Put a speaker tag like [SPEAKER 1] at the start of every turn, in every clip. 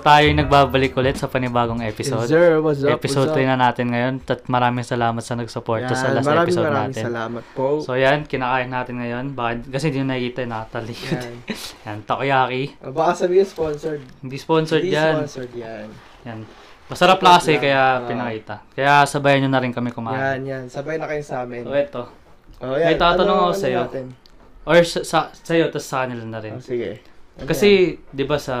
[SPEAKER 1] tayo nagbabalik ulit sa panibagong
[SPEAKER 2] Yes,
[SPEAKER 1] episode.
[SPEAKER 2] sir, what's up?
[SPEAKER 1] episode
[SPEAKER 2] what's up?
[SPEAKER 1] 3 na natin ngayon. At maraming salamat sa nagsuporta sa
[SPEAKER 2] Yan,
[SPEAKER 1] last
[SPEAKER 2] maraming,
[SPEAKER 1] episode
[SPEAKER 2] maraming
[SPEAKER 1] natin.
[SPEAKER 2] salamat po.
[SPEAKER 1] So yan, kinakain natin ngayon. Baka, kasi hindi nyo nakikita yung nakatalikod.
[SPEAKER 2] yan.
[SPEAKER 1] Yan, takoyaki.
[SPEAKER 2] Ah, Baka sabihin sponsored.
[SPEAKER 1] Hindi sponsored
[SPEAKER 2] Hindi
[SPEAKER 1] yan.
[SPEAKER 2] sponsored yan.
[SPEAKER 1] Yan. Masarap lang kasi
[SPEAKER 2] Yan.
[SPEAKER 1] kaya
[SPEAKER 2] Ah.
[SPEAKER 1] pinakita. Kaya sabayan nyo na rin kami
[SPEAKER 2] Yan,
[SPEAKER 1] kumain.
[SPEAKER 2] yan. Sabay na kayo sa amin.
[SPEAKER 1] So ito.
[SPEAKER 2] Oh,
[SPEAKER 1] May tatanong ako sa'yo.
[SPEAKER 2] ano natin?
[SPEAKER 1] Or sa, sa, sa'yo, tapos sa kanila na rin.
[SPEAKER 2] Oh, sige. Ano yan?
[SPEAKER 1] Kasi, di ba sa,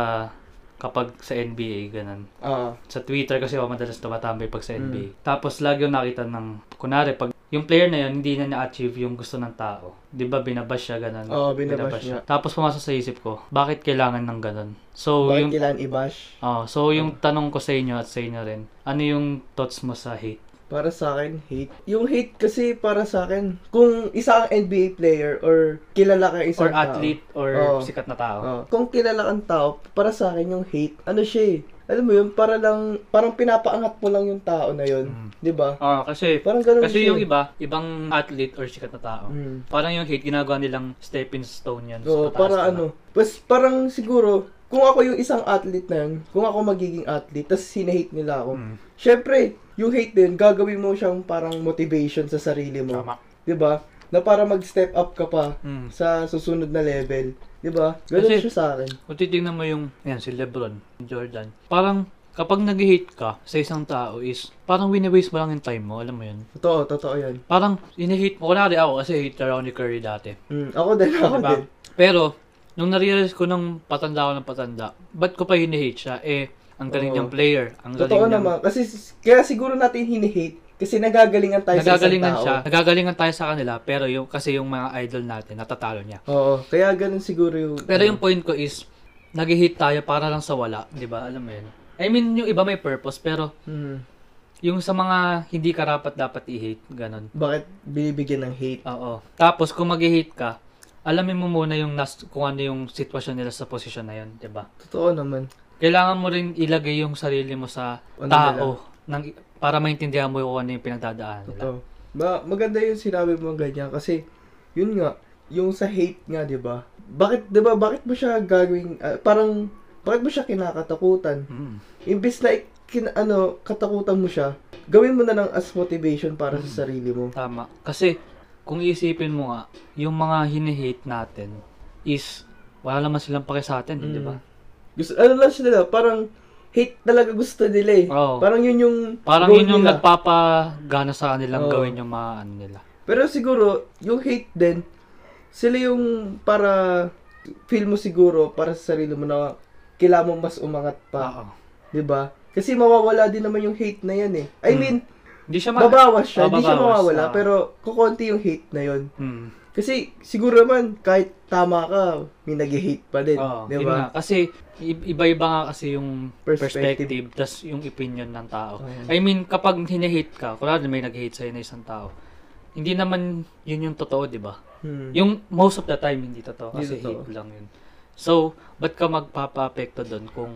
[SPEAKER 1] kapag sa NBA, ganun.
[SPEAKER 2] Oo.
[SPEAKER 1] Sa Twitter kasi ako madalas tumatambay pag sa
[SPEAKER 2] Mm.
[SPEAKER 1] NBA. Tapos lagi yung nakita ng, kunwari, pag yung player na yun, hindi na niya-achieve yung gusto ng tao. Di ba, binabash siya, ganun.
[SPEAKER 2] Oo, binabash niya.
[SPEAKER 1] Tapos pumasok sa isip ko, bakit kailangan ng ganun? So,
[SPEAKER 2] Bakit
[SPEAKER 1] yung,
[SPEAKER 2] kailangan i-bash?
[SPEAKER 1] oh, so yung tanong ko sa inyo at sa inyo rin, ano yung thoughts mo sa hate?
[SPEAKER 2] Para sa akin, hate. Yung hate kasi para sa akin, kung isa kang NBA player or kilala kang
[SPEAKER 1] Or
[SPEAKER 2] isang tao,
[SPEAKER 1] athlete, or
[SPEAKER 2] Oo.
[SPEAKER 1] sikat na tao?
[SPEAKER 2] oo, Ah, kung kilala kang tao, para sa akin yung hate, ano siya eh. Alam mo yun, para lang, parang pinapaangat mo lang yung tao na yun.
[SPEAKER 1] Mm.
[SPEAKER 2] Di ba?
[SPEAKER 1] Ah, kasi
[SPEAKER 2] Parang ganun
[SPEAKER 1] kasi yung
[SPEAKER 2] siya eh.
[SPEAKER 1] iba, ibang athlete or sikat na tao.
[SPEAKER 2] Mm.
[SPEAKER 1] Parang yung hate ginagawa nilang stepping stone 'yan. sa
[SPEAKER 2] Oo,
[SPEAKER 1] pataas
[SPEAKER 2] para
[SPEAKER 1] nila.
[SPEAKER 2] ano. Pues parang siguro, kung ako yung isang athlete na yun, kung ako magiging athlete, tapos sinahate nila ako,
[SPEAKER 1] Mm.
[SPEAKER 2] syempre, yung hate din, gagawin mo siyang parang motivation sa sarili mo.
[SPEAKER 1] Tama.
[SPEAKER 2] 'Di ba? Na para mag-step up ka pa
[SPEAKER 1] Mm.
[SPEAKER 2] sa susunod na level. 'Di ba? Ganun
[SPEAKER 1] Kasi-
[SPEAKER 2] siya sa akin.
[SPEAKER 1] Kung titignan mo yung ayan si LeBron, Jordan. Parang kapag nag-hate ka sa isang tao is parang wini-waste mo lang yung time mo, alam mo 'yun.
[SPEAKER 2] Totoo, totoo 'yan.
[SPEAKER 1] Parang ini-hate mo kunwari ako kasi hater ako ni Curry dati.
[SPEAKER 2] Mm, ako din ako
[SPEAKER 1] Diba?
[SPEAKER 2] din.
[SPEAKER 1] Pero, nung narealize ko nung patanda ako ng patanda, ba't ko pa hinihate siya? Eh, ang galing
[SPEAKER 2] Oo.
[SPEAKER 1] niyang player. Ang galing
[SPEAKER 2] Totoo
[SPEAKER 1] niyang-
[SPEAKER 2] naman kasi s- kaya siguro natin hini-hate kasi nagagalingan tayo
[SPEAKER 1] Nagagalingan
[SPEAKER 2] sa isang tao.
[SPEAKER 1] siya. Nagagalingan tayo sa kanila pero yung kasi yung mga idol natin natatalo niya.
[SPEAKER 2] Oo, kaya ganun siguro yung
[SPEAKER 1] Pero yung point ko is nagihit tayo para lang sa wala, 'di ba? Alam mo 'yun. I mean, yung iba may purpose pero
[SPEAKER 2] Mm,
[SPEAKER 1] yung sa mga hindi karapat dapat i-hate, ganun.
[SPEAKER 2] bakit binibigyan ng hate?
[SPEAKER 1] Oo. Tapos kung mag-hate ka, alamin mo muna yung nas- kung ano yung sitwasyon nila sa posisyon na 'yon, 'di ba?
[SPEAKER 2] Totoo naman.
[SPEAKER 1] Kailangan mo rin ilagay yung sarili mo sa
[SPEAKER 2] Ano
[SPEAKER 1] tao ng, para maintindihan mo kung ano yung pinagdadaanan nila.
[SPEAKER 2] Totoo. Ba, Oh, maganda yung sinabi mo ganyan kasi yun nga, yung sa hate nga, 'di ba? Bakit 'di ba bakit mo siya gagawing ah, parang bakit mo siya kinakatakutan?
[SPEAKER 1] Mm.
[SPEAKER 2] Imbis na ik- kin, ano, katakutan mo siya, gawin mo na lang as motivation para
[SPEAKER 1] Hmm.
[SPEAKER 2] sa sarili mo.
[SPEAKER 1] Tama. Kasi, kung iisipin mo nga, yung mga hinihate natin is, wala naman silang pake sa atin,
[SPEAKER 2] Mm.
[SPEAKER 1] di ba?
[SPEAKER 2] Gusto, ano lang sila, parang hate talaga gusto nila eh.
[SPEAKER 1] Oo.
[SPEAKER 2] Parang yun yung
[SPEAKER 1] Parang
[SPEAKER 2] goal
[SPEAKER 1] yun yung
[SPEAKER 2] nila.
[SPEAKER 1] nagpapagana sa kanilang
[SPEAKER 2] Oo.
[SPEAKER 1] gawin yung mga ano nila.
[SPEAKER 2] Pero siguro, yung hate din, sila yung para, feel mo siguro, para sa sarili mo na kailangan mo mas umangat pa.
[SPEAKER 1] Oo.
[SPEAKER 2] 'di ba? Kasi mawawala din naman yung hate na yan eh.
[SPEAKER 1] Hmm.
[SPEAKER 2] I mean,
[SPEAKER 1] Hindi siya ma-
[SPEAKER 2] babawas
[SPEAKER 1] Ah,
[SPEAKER 2] siya, hindi siya
[SPEAKER 1] babawas,
[SPEAKER 2] mawawala,
[SPEAKER 1] ah.
[SPEAKER 2] pero kukonti yung hate na yon.
[SPEAKER 1] Mm.
[SPEAKER 2] Kasi siguro naman kahit tama ka, may nag-hate pa din,
[SPEAKER 1] Oo,
[SPEAKER 2] 'di
[SPEAKER 1] yun nga.
[SPEAKER 2] ba?
[SPEAKER 1] Kasi, i- iba-iba nga kasi yung
[SPEAKER 2] Perspective.
[SPEAKER 1] perspective, tas yung opinion ng tao.
[SPEAKER 2] Oo.
[SPEAKER 1] I mean, kapag hinihate ka, kunwari may nag-hate sa'yo na isang tao, hindi naman yun yung totoo, di ba?
[SPEAKER 2] Hmm.
[SPEAKER 1] Yung most of the time, hindi totoo.
[SPEAKER 2] Hindi
[SPEAKER 1] Kasi
[SPEAKER 2] totoo.
[SPEAKER 1] hate lang yun. So, ba't ka magpapa-apekto doon kung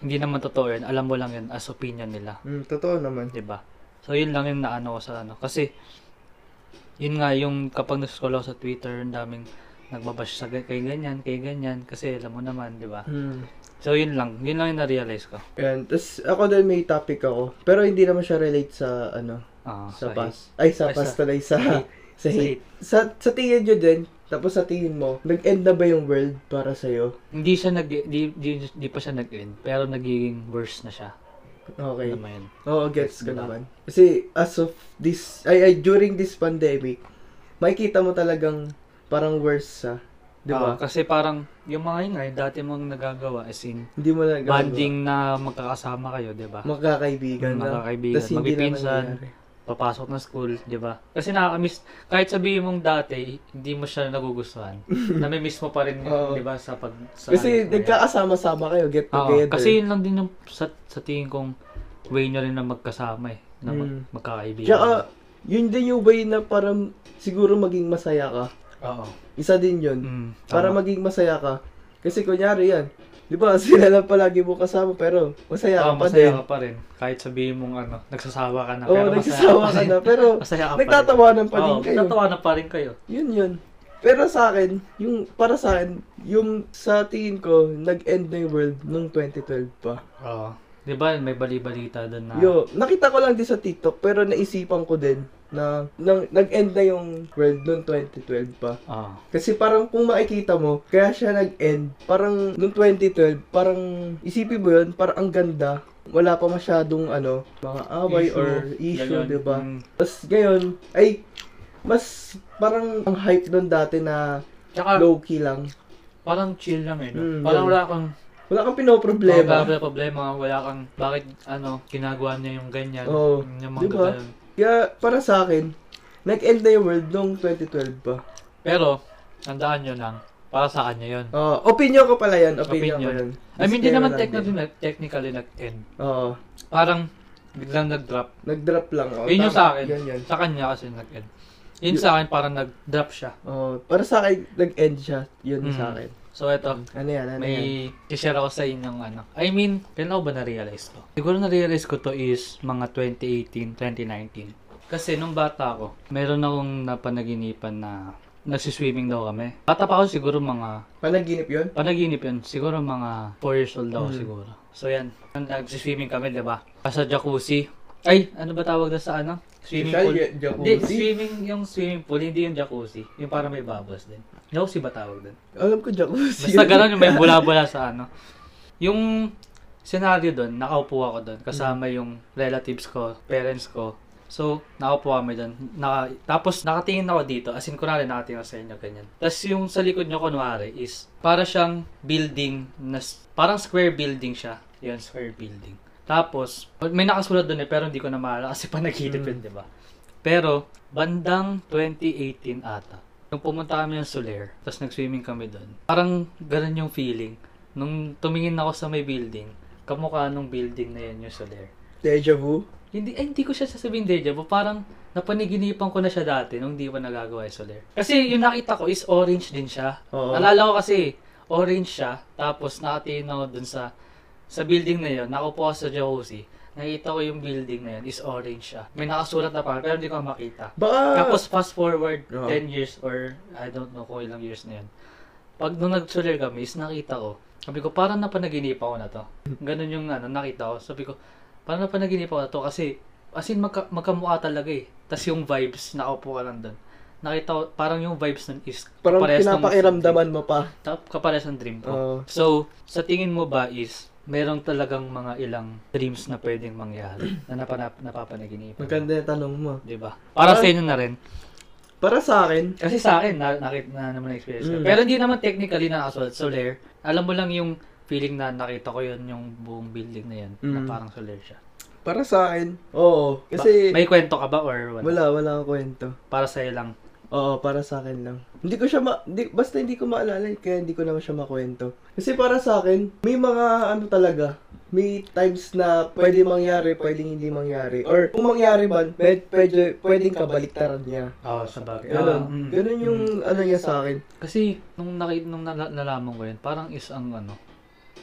[SPEAKER 1] hindi naman totoo yun, alam mo lang yun as opinion nila.
[SPEAKER 2] Hmm, totoo naman.
[SPEAKER 1] 'di ba? Diba? So, yun lang yung naano ko sa ano. Kasi, yun nga yung kapag nag-scroll ako sa Twitter, ang daming nagbabash sa gan- kay ganyan, kay ganyan. Kasi alam mo naman, di ba?
[SPEAKER 2] Hmm.
[SPEAKER 1] So, yun lang. Yun lang yung na-realize ko.
[SPEAKER 2] Ayan. Tapos ako din may topic ako. Pero hindi naman siya relate sa ano,
[SPEAKER 1] Ah,
[SPEAKER 2] sa
[SPEAKER 1] sorry.
[SPEAKER 2] past. Ay, sa
[SPEAKER 1] Ay,
[SPEAKER 2] past
[SPEAKER 1] sa-
[SPEAKER 2] tuloy. Sa,
[SPEAKER 1] hate. Sa
[SPEAKER 2] sa hate. Sa, sa tingin nyo din, tapos sa tingin mo, nag-end na ba yung world para sa'yo?
[SPEAKER 1] Hindi siya nag... Di, di, di pa siya nag-end. Pero nagiging worse na siya.
[SPEAKER 2] Okay.
[SPEAKER 1] Alam mo yun.
[SPEAKER 2] Oo, gets ko
[SPEAKER 1] Diba?
[SPEAKER 2] naman. Kasi as of this, ay, ay, during this pandemic, makikita mo talagang parang worse sa, di
[SPEAKER 1] Ah,
[SPEAKER 2] ba?
[SPEAKER 1] kasi parang yung mga yun nga, yung dati mong nagagawa, as in,
[SPEAKER 2] hindi mo na gagawa.
[SPEAKER 1] banding na magkakasama kayo, diba? di ba?
[SPEAKER 2] Magkakaibigan na.
[SPEAKER 1] Magkakaibigan,
[SPEAKER 2] Tas hindi na
[SPEAKER 1] magpipinsan.
[SPEAKER 2] nangyayari.
[SPEAKER 1] Papasok na school, di ba? Kasi nakakamiss, kahit sabihin mong dati, hindi mo siya nagugustuhan. Namimiss mo pa rin, yun,
[SPEAKER 2] Oo.
[SPEAKER 1] di ba, sa pag... Sa
[SPEAKER 2] Kasi
[SPEAKER 1] mo yan.
[SPEAKER 2] nagkakasama-sama kayo, get
[SPEAKER 1] Oo,
[SPEAKER 2] together.
[SPEAKER 1] kasi yun lang din yung sa, sa tingin kong way nyo rin na magkasama eh, na mag,
[SPEAKER 2] Mm.
[SPEAKER 1] magkakaibigan.
[SPEAKER 2] Tsaka, yun din yung way na parang siguro maging masaya ka.
[SPEAKER 1] Oo.
[SPEAKER 2] Isa din yun.
[SPEAKER 1] Mm,
[SPEAKER 2] Para
[SPEAKER 1] tama.
[SPEAKER 2] maging masaya ka. Kasi kunyari yan, di ba, sila lang palagi mo kasama, pero masaya
[SPEAKER 1] Oo,
[SPEAKER 2] ka pa
[SPEAKER 1] masaya
[SPEAKER 2] din.
[SPEAKER 1] ka pa rin. Kahit sabihin mong ano, nagsasawa ka na,
[SPEAKER 2] Oo,
[SPEAKER 1] pero masaya
[SPEAKER 2] nagsasawa
[SPEAKER 1] pa
[SPEAKER 2] ka
[SPEAKER 1] rin.
[SPEAKER 2] na, pero
[SPEAKER 1] Masaya ka pa rin.
[SPEAKER 2] nagtatawanan pa
[SPEAKER 1] Oo,
[SPEAKER 2] din kayo.
[SPEAKER 1] nagtatawanan pa rin kayo.
[SPEAKER 2] Yun yun. Pero sa akin, yung para sa akin, yung sa tingin ko, nag-end na yung world nung 2012 pa.
[SPEAKER 1] Oo. Di ba may bali-balita doon na
[SPEAKER 2] Yo, nakita ko lang din sa TikTok pero naisipan ko din na nang, nag-end na yung world nung 2012 pa.
[SPEAKER 1] Oo.
[SPEAKER 2] Kasi parang kung makikita mo, kaya siya nag-end. Parang noong 2012, parang isipin mo yun, parang ang ganda. Wala pa masyadong ano, mga away
[SPEAKER 1] Issue.
[SPEAKER 2] or issue,
[SPEAKER 1] Ganyan.
[SPEAKER 2] di ba?
[SPEAKER 1] Mm.
[SPEAKER 2] Tapos ngayon, ay, mas parang ang hype nun dati na
[SPEAKER 1] Tsaka
[SPEAKER 2] low-key lang.
[SPEAKER 1] parang chill lang eh. no?
[SPEAKER 2] Mm,
[SPEAKER 1] parang
[SPEAKER 2] yun.
[SPEAKER 1] wala kang
[SPEAKER 2] Wala kang pinoproblema.
[SPEAKER 1] Wala problema, wala kang bakit ano, ginagawa niya yung ganyan.
[SPEAKER 2] Oo. Diba?
[SPEAKER 1] Yung mga
[SPEAKER 2] Di ba?
[SPEAKER 1] ganun.
[SPEAKER 2] Kaya para sa akin, nag-end na yung world noong 2012 pa.
[SPEAKER 1] Pero, tandaan nyo lang, para sa kanya yun.
[SPEAKER 2] Oo, opinion ko pala yan, opinion, ko
[SPEAKER 1] Opinion.
[SPEAKER 2] yan.
[SPEAKER 1] I mean, di
[SPEAKER 2] Disclaimer
[SPEAKER 1] naman
[SPEAKER 2] lang
[SPEAKER 1] technically,
[SPEAKER 2] din.
[SPEAKER 1] nag- technically nag-end.
[SPEAKER 2] Oo,
[SPEAKER 1] Parang, biglang nag-drop.
[SPEAKER 2] nag-drop lang. Oo,
[SPEAKER 1] yun yung
[SPEAKER 2] tama.
[SPEAKER 1] sa akin.
[SPEAKER 2] Yan, yan.
[SPEAKER 1] Sa kanya kasi nag-end. Yun sa akin, parang nag-drop siya.
[SPEAKER 2] Oo, para sa akin, nag-end siya. Yun
[SPEAKER 1] Mm.
[SPEAKER 2] sa akin.
[SPEAKER 1] So, eto,
[SPEAKER 2] Ano yan, ano yan?
[SPEAKER 1] may share ako sa inyong ano. I mean, kailan ko ba na-realize to? Siguro na-realize ko to is mga 2018, 2019. Kasi nung bata ako, meron akong napanaginipan na nagsiswimming daw kami. Bata pa ako siguro mga,
[SPEAKER 2] Panaginip yun?
[SPEAKER 1] panaginip yun, siguro mga 4 years old daw ako
[SPEAKER 2] Mm.
[SPEAKER 1] siguro. So yan, nagsiswimming kami, di ba? Sa jacuzzi. Ay, ano ba tawag na sa ano? Swimming
[SPEAKER 2] Siya,
[SPEAKER 1] pool.
[SPEAKER 2] y-
[SPEAKER 1] Hindi,
[SPEAKER 2] jacuzzi?
[SPEAKER 1] swimming, yung swimming pool, hindi yung jacuzzi. Yung parang may bubbles din. Jacuzzi ba tawag din?
[SPEAKER 2] Alam ko jacuzzi.
[SPEAKER 1] Basta ganun yung may bula-bula sa ano. Yung scenario doon, nakaupo ako doon. Kasama yung relatives ko, parents ko. So, nakaupo kami doon. Naka, tapos, nakatingin ako dito. As in, kunwari, nakatingin ako sa inyo, ganyan. Tapos, yung sa likod nyo, kunwari, is para siyang building, na, s- parang square building siya. Yun, square building. Tapos, may nakasulat doon eh, pero hindi ko na maalala kasi panaginip yun, di ba? Pero, bandang 2018 ata, nung pumunta kami ng Soler, tapos nag-swimming kami doon, parang ganun yung feeling. Nung tumingin ako sa may building, kamukha nung building na yun yung Soler.
[SPEAKER 2] Deja vu?
[SPEAKER 1] Hindi, ay, hindi ko siya sasabihin deja vu. Parang napaniginipan ko na siya dati nung di pa nagagawa yung Soler. Kasi yung nakita ko is orange din siya.
[SPEAKER 2] Oo.
[SPEAKER 1] Alala ko kasi, orange siya. Tapos nakatingin ako dun sa, sa building na yun. Nakupo ako sa jacuzzi. Nakita ko yung building na yun is orange siya. May nakasulat na pa, pero hindi ko makita.
[SPEAKER 2] Baka...
[SPEAKER 1] Tapos fast forward
[SPEAKER 2] Oo.
[SPEAKER 1] 10 years or I don't know kung ilang years na yun. Pag nung nagsulir kami, is nakita ko. Sabi ko, parang napanaginipa ko na to. Ganun yung ano, nakita ko. Sabi ko, parang napanaginipa ko na to kasi as in magka, magkamukha talaga eh. Tapos yung vibes, nakaupo ka lang doon. Nakita ko, parang yung vibes nun is
[SPEAKER 2] parang Ah.
[SPEAKER 1] kaparehas ng-
[SPEAKER 2] pinapakiramdaman mo pa.
[SPEAKER 1] Tap, kapares ng dream ko.
[SPEAKER 2] Oo.
[SPEAKER 1] So, sa tingin mo ba is, meron talagang mga ilang dreams na pwedeng mangyari na napanap, napapanaginipan?
[SPEAKER 2] Maganda yung tanong mo.
[SPEAKER 1] Di ba? Para sa
[SPEAKER 2] Parang-
[SPEAKER 1] inyo na rin.
[SPEAKER 2] Para sa akin,
[SPEAKER 1] Kasi sa akin, na, nakit na naman experience ko.
[SPEAKER 2] Mm.
[SPEAKER 1] Pero hindi naman technically na assault solar. Alam mo lang yung feeling na nakita ko yun, yung buong building na yun, na
[SPEAKER 2] Mm.
[SPEAKER 1] parang solar siya.
[SPEAKER 2] para sa akin, oo. Kasi
[SPEAKER 1] Ba- may kwento ka ba or wala?
[SPEAKER 2] wala, wala akong kwento.
[SPEAKER 1] Para sa'yo lang.
[SPEAKER 2] Oo, para sa akin lang. Hindi ko siya ma... Hindi, basta hindi ko maalala, eh, kaya hindi ko naman siya makwento. Kasi para sa akin, may mga ano talaga, may times na pwede mangyari, pwedeng hindi mangyari. Or kung mangyari man, med, pwede, pwedeng kabaliktaran niya.
[SPEAKER 1] Oo, sa bagay.
[SPEAKER 2] Ganun.
[SPEAKER 1] Ah, mm.
[SPEAKER 2] Ganun yung ano niya sa akin.
[SPEAKER 1] Kasi, nung, naki, nung nala- nalaman ko yun, parang is ang ano,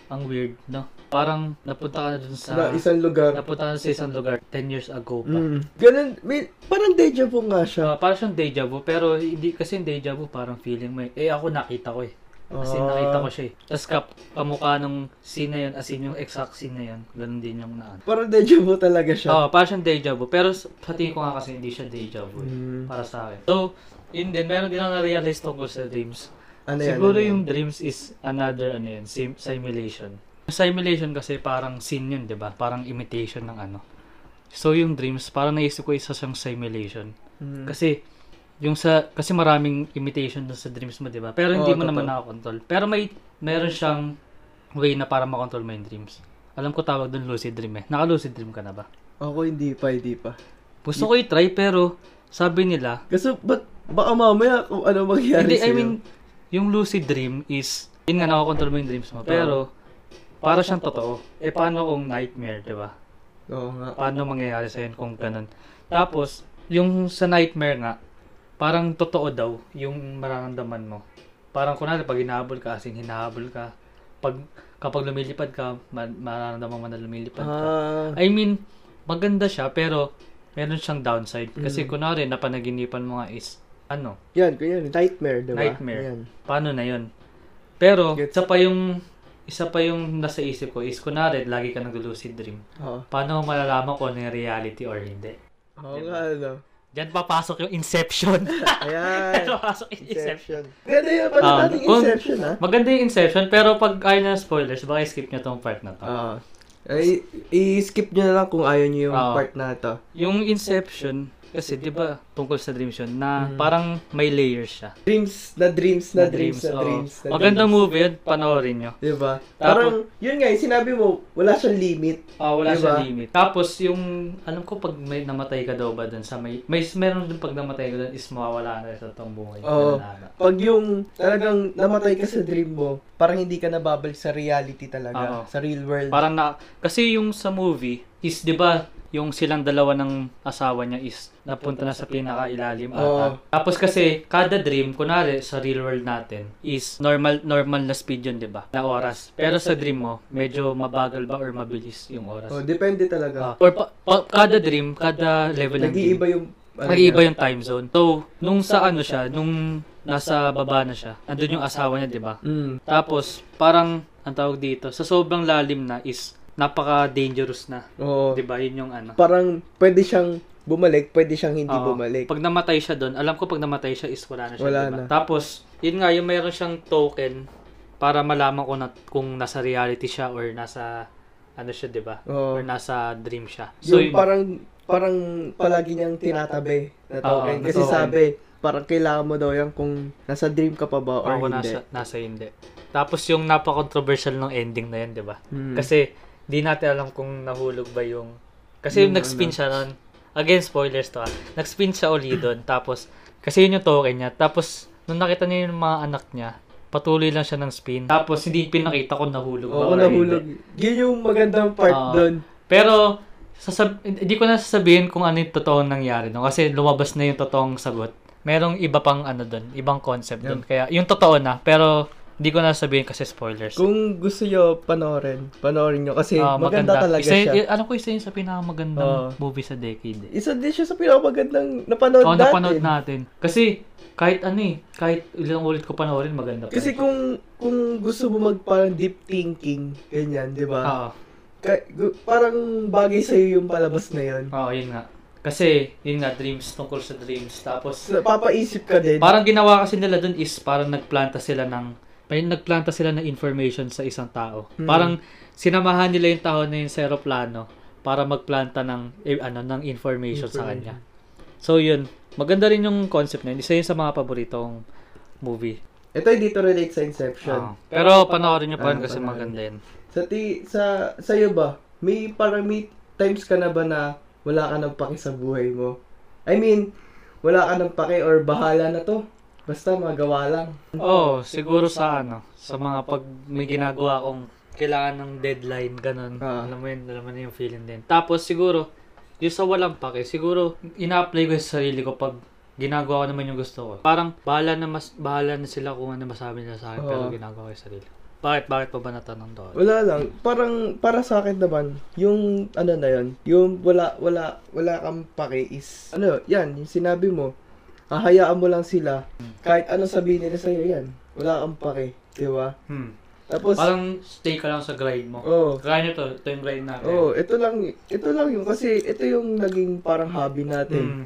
[SPEAKER 1] ang weird, no? Parang napunta ka na dun sa...
[SPEAKER 2] na isang lugar.
[SPEAKER 1] napunta ka na sa isang lugar 10 years ago pa.
[SPEAKER 2] Mm. Ganun, may, parang deja vu nga siya.
[SPEAKER 1] Ah, parang siyang deja vu, pero hindi kasi yung deja vu parang feeling mo eh. Eh ako nakita ko eh. Kasi
[SPEAKER 2] Ah.
[SPEAKER 1] nakita ko siya eh. Tapos kap, pamukha nung scene na yun, as in yung exact scene na yun, ganun din yung naan.
[SPEAKER 2] Parang deja vu talaga siya.
[SPEAKER 1] Oo, parang siyang deja vu. Pero s- sa tingin ko nga kasi hindi siya deja vu eh,
[SPEAKER 2] Mm.
[SPEAKER 1] para sa akin. So, yun din, meron din ako na-realize tungkol sa dreams.
[SPEAKER 2] Ano yan?
[SPEAKER 1] Siguro
[SPEAKER 2] ano yan?
[SPEAKER 1] yung dreams is another ano yun, sim- simulation. Yung Simulation kasi parang scene yun, di ba? Parang imitation ng ano. So yung dreams, parang naisip ko isa siyang simulation.
[SPEAKER 2] Mm.
[SPEAKER 1] Kasi yung sa kasi maraming imitation dun sa dreams mo, 'di ba? Pero hindi
[SPEAKER 2] Oo,
[SPEAKER 1] mo naman
[SPEAKER 2] totoo.
[SPEAKER 1] nakakontrol. Pero may meron siyang way na para makontrol mo yung dreams. Alam ko tawag dun lucid dream eh. Naka-lucid dream ka na ba?
[SPEAKER 2] Ako hindi pa, hindi pa.
[SPEAKER 1] Gusto ko i-try pero sabi nila,
[SPEAKER 2] Kasi ba't, baka mamaya kung ano mangyari
[SPEAKER 1] hindi I
[SPEAKER 2] sa'yo.
[SPEAKER 1] mean yung lucid dream is yun nga nakakontrol mo yung dreams mo. Pero para siyang totoo. Eh paano kung nightmare, 'di ba?
[SPEAKER 2] Oo nga.
[SPEAKER 1] paano mangyayari sa kung ganun. Tapos, yung sa nightmare nga, parang totoo daw yung mararamdaman mo. Parang kunwari, pag hinahabol ka, as in hinahabol ka. Pag, kapag lumilipad ka, ma- mararamdaman mo na lumilipad ka.
[SPEAKER 2] Ah,
[SPEAKER 1] I mean,
[SPEAKER 2] Mm.
[SPEAKER 1] maganda siya, pero meron siyang downside. Kasi kunwari, napanaginipan mo nga is, Ano?
[SPEAKER 2] Ah. Yan, kunyari, nightmare, diba?
[SPEAKER 1] Nightmare.
[SPEAKER 2] Yan.
[SPEAKER 1] Paano na yun? Pero,
[SPEAKER 2] Gets-
[SPEAKER 1] isa pa yung, isa pa yung nasa isip ko is, kunwari, lagi ka nag-lucid dream.
[SPEAKER 2] Oo.
[SPEAKER 1] Paano mo malalaman kung ano yung reality or hindi?
[SPEAKER 2] Oo nga, ano.
[SPEAKER 1] Diyan papasok yung inception.
[SPEAKER 2] Ayan.
[SPEAKER 1] Diyan papasok yung inception.
[SPEAKER 2] Inception. Ganda yun, pala
[SPEAKER 1] Ah,
[SPEAKER 2] nating
[SPEAKER 1] kung-
[SPEAKER 2] Inception, ha?
[SPEAKER 1] Maganda yung inception, pero pag ayaw na spoilers, baka skip nyo tong part na to.
[SPEAKER 2] Oo. Ah. Ay, i-skip nyo na lang kung ayaw nyo yung
[SPEAKER 1] Oo.
[SPEAKER 2] part na to.
[SPEAKER 1] Yung inception, kasi di ba tungkol sa dreams yun, na
[SPEAKER 2] Mm.
[SPEAKER 1] parang may layers siya.
[SPEAKER 2] Dreams, na dreams, na, dreams, oh. na
[SPEAKER 1] oo.
[SPEAKER 2] dreams. Na
[SPEAKER 1] Magandang movie yun, panoorin nyo.
[SPEAKER 2] dreams. Diba?
[SPEAKER 1] Tapos-
[SPEAKER 2] Parang, yun nga, yung sinabi mo, wala siyang limit.
[SPEAKER 1] Ah, wala
[SPEAKER 2] Diba?
[SPEAKER 1] siyang limit. Tapos yung alam ko pag may namatay ka daw ba dun sa may may meron din pag namatay ka dun is mawawala na sa tong buhay.
[SPEAKER 2] Oo.
[SPEAKER 1] Wala na.
[SPEAKER 2] Pag yung talagang namatay ka sa dream Ah. mo, parang hindi ka nababalik sa reality talaga,
[SPEAKER 1] Oo.
[SPEAKER 2] sa real world.
[SPEAKER 1] Parang na kasi yung sa movie is 'di ba yung silang dalawa ng asawa niya is napunta na sa pinakailalim ata.
[SPEAKER 2] Oo.
[SPEAKER 1] Tapos kasi kada dream kunwari sa real world natin is normal normal na speed yun 'di ba? Na oras. Pero sa dream mo medyo mabagal ba or mabilis yung oras?
[SPEAKER 2] oh, depende
[SPEAKER 1] Ah,
[SPEAKER 2] talaga.
[SPEAKER 1] or pa- pa- kada dream, kada level ng dream.
[SPEAKER 2] Nag-iiba yung... ano
[SPEAKER 1] Nag-iiba yung time zone. So, nung sa ano siya, nung nasa baba na siya, andun yung asawa niya, di ba?
[SPEAKER 2] Mm.
[SPEAKER 1] Tapos, parang, ang tawag dito, sa sobrang lalim na is, napaka-dangerous na.
[SPEAKER 2] Oo.
[SPEAKER 1] Di ba? Yun yung ano.
[SPEAKER 2] Parang pwede siyang bumalik, pwede siyang hindi
[SPEAKER 1] Oo.
[SPEAKER 2] bumalik.
[SPEAKER 1] Pag namatay siya doon, alam ko pag namatay siya is wala na siya,
[SPEAKER 2] Wala
[SPEAKER 1] di ba?
[SPEAKER 2] na.
[SPEAKER 1] Tapos, yun nga, yung mayroon siyang token para malaman ko na, kung nasa reality siya or nasa, ano siya, di ba?
[SPEAKER 2] Oo.
[SPEAKER 1] Or nasa dream siya.
[SPEAKER 2] So,
[SPEAKER 1] yun-
[SPEAKER 2] yung parang parang palagi niyang tinatabi na token.
[SPEAKER 1] Oo,
[SPEAKER 2] Kasi
[SPEAKER 1] token.
[SPEAKER 2] sabi, parang kailangan mo daw yan kung nasa dream ka pa ba or
[SPEAKER 1] Ako
[SPEAKER 2] hindi.
[SPEAKER 1] nasa, nasa hindi. Tapos yung napaka-controversial ng ending na yun, diba? di ba?
[SPEAKER 2] Hmm.
[SPEAKER 1] Kasi di natin alam kung nahulog ba yung... Kasi
[SPEAKER 2] Yung ano.
[SPEAKER 1] nag-spin siya nun. Again, spoilers to ah. Nag-spin siya uli doon. Tapos, kasi yun yung token niya. Tapos, nung nakita niya yung mga anak niya, patuloy lang siya ng spin. Tapos, hindi pinakita kung nahulog ba or
[SPEAKER 2] Oo, nahulog.
[SPEAKER 1] hindi.
[SPEAKER 2] Yun yung magandang part
[SPEAKER 1] Oo.
[SPEAKER 2] doon.
[SPEAKER 1] Pero, sasab- hindi ko na sasabihin kung ano yung totoong nangyari no? Kasi lumabas na yung totoong sagot. Merong iba pang ano doon, ibang concept doon. Kaya, yung totoo na, pero hindi ko na sasabihin kasi spoilers.
[SPEAKER 2] Kung gusto nyo panoorin, panoorin nyo kasi
[SPEAKER 1] Ah,
[SPEAKER 2] maganda, talaga
[SPEAKER 1] isa,
[SPEAKER 2] siya.
[SPEAKER 1] Ano ko, isa yun sa pinakamagandang
[SPEAKER 2] Oo.
[SPEAKER 1] movie sa decade. Eh.
[SPEAKER 2] Isa din siya sa pinakamagandang napanood
[SPEAKER 1] Oo,
[SPEAKER 2] natin.
[SPEAKER 1] napanood natin. Kasi, kahit ano eh, kahit ilang ulit ko panoorin, maganda pa.
[SPEAKER 2] Kasi
[SPEAKER 1] rin.
[SPEAKER 2] kung kung gusto mo mag parang deep thinking, ganyan, di ba?
[SPEAKER 1] Oo,
[SPEAKER 2] Ka- gu- parang bagay sa'yo yung palabas na yun.
[SPEAKER 1] oo, yun nga. Kasi, yun nga, dreams, tungkol sa dreams. Tapos,
[SPEAKER 2] So, papaisip ka din.
[SPEAKER 1] parang ginawa kasi nila dun is, parang nagplanta sila ng, may nagplanta sila ng information sa isang tao.
[SPEAKER 2] Hmm.
[SPEAKER 1] Parang, sinamahan nila yung tao na yung sa aeroplano para magplanta ng, eh, ano, ng information sa
[SPEAKER 2] Information.
[SPEAKER 1] kanya. So, yun. Maganda rin yung concept na yun. Isa yun sa mga paboritong movie.
[SPEAKER 2] Ito hindi to relate sa Inception.
[SPEAKER 1] Oo. Pero panoorin nyo pa rin
[SPEAKER 2] Ah,
[SPEAKER 1] kasi
[SPEAKER 2] panoorin.
[SPEAKER 1] maganda yun.
[SPEAKER 2] Sa ti sa sa'yo ba? May parang may times ka na ba na wala ka nang paki sa buhay mo? I mean, wala ka nang paki or bahala na to. Basta magawa lang.
[SPEAKER 1] Oo, oh, siguro sa ano, sa mga pag may ginagawa akong kailangan ng deadline, ganun.
[SPEAKER 2] Ah.
[SPEAKER 1] Alam mo yun, alam mo na yung feeling din. Tapos siguro, yung sa walang pake, siguro ina-apply ko sa sarili ko pag ginagawa ko naman yung gusto ko. Parang bahala na, mas, bahala na sila kung ano masabi nila sa akin, pero
[SPEAKER 2] Oo.
[SPEAKER 1] ginagawa ko yung sarili. ko. Bakit? Bakit pa ba natanong doon?
[SPEAKER 2] Wala lang. Parang para sa akin naman, yung ano na yun, yung wala wala wala kang paki is ano, yan, yung sinabi mo, hahayaan mo lang sila. Kahit ano sabihin nila sa'yo yan. Wala kang paki, di ba?
[SPEAKER 1] Hmm.
[SPEAKER 2] Tapos
[SPEAKER 1] Parang stay ka lang sa grind mo.
[SPEAKER 2] oh,
[SPEAKER 1] Grind nyo to, ito yung grind natin.
[SPEAKER 2] oh, ito lang ito lang yung kasi ito yung naging parang hobby
[SPEAKER 1] Hmm.
[SPEAKER 2] natin.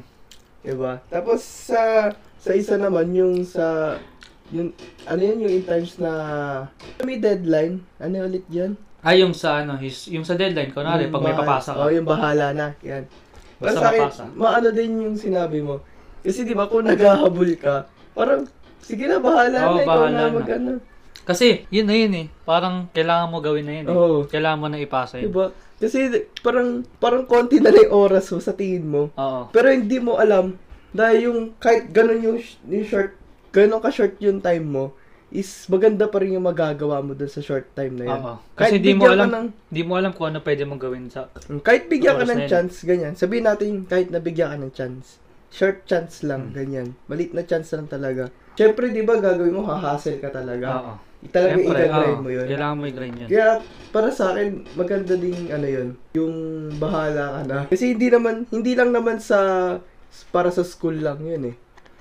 [SPEAKER 2] Diba? Tapos sa sa isa naman yung sa yung ano yun yung in times na may deadline. Ano ulit 'yun?
[SPEAKER 1] Ay, yung sa ano, his, yung sa deadline, kunwari,
[SPEAKER 2] Yung
[SPEAKER 1] pag may
[SPEAKER 2] bahala-
[SPEAKER 1] papasa ka.
[SPEAKER 2] Oh, yung bahala na. Yan.
[SPEAKER 1] Basta
[SPEAKER 2] Basta sa akin,
[SPEAKER 1] mapasa.
[SPEAKER 2] maano din yung sinabi mo. Kasi di ba kung naghahabol ka, parang sige na bahala
[SPEAKER 1] Oo,
[SPEAKER 2] na ikaw
[SPEAKER 1] bahala
[SPEAKER 2] na
[SPEAKER 1] na.
[SPEAKER 2] mag ano.
[SPEAKER 1] Kasi, yun na yun eh. Parang kailangan mo gawin na yun eh.
[SPEAKER 2] Oo.
[SPEAKER 1] Kailangan mo na ipasa yun.
[SPEAKER 2] Diba? Kasi parang parang konti na lang yung oras mo sa tingin mo.
[SPEAKER 1] Oo.
[SPEAKER 2] Pero hindi mo alam dahil yung kahit ganun yung, sh- yung short, ganun ka short yung time mo, is maganda pa rin yung magagawa mo dun sa short time na yan.
[SPEAKER 1] Oo.
[SPEAKER 2] Kahit
[SPEAKER 1] Kasi di mo
[SPEAKER 2] bigyan ka
[SPEAKER 1] alam,
[SPEAKER 2] ng-
[SPEAKER 1] di mo alam kung ano pwede mong gawin sa...
[SPEAKER 2] Mm, kahit bigyan ka
[SPEAKER 1] Oras na
[SPEAKER 2] ng
[SPEAKER 1] yun.
[SPEAKER 2] chance, ganyan. Sabihin natin kahit nabigyan ka ng chance. Short chance lang,
[SPEAKER 1] Mm.
[SPEAKER 2] ganyan. Malit na chance lang talaga. Siyempre, di ba, gagawin mo, hahassle ka talaga.
[SPEAKER 1] Oo.
[SPEAKER 2] Talaga
[SPEAKER 1] Siyempre,
[SPEAKER 2] i-grind
[SPEAKER 1] oo.
[SPEAKER 2] mo yun.
[SPEAKER 1] Kailangan mo i-grind yun.
[SPEAKER 2] Kaya para sa akin maganda din ano 'yun, yung bahala ka na. Kasi hindi naman hindi lang naman sa para sa school lang 'yun eh.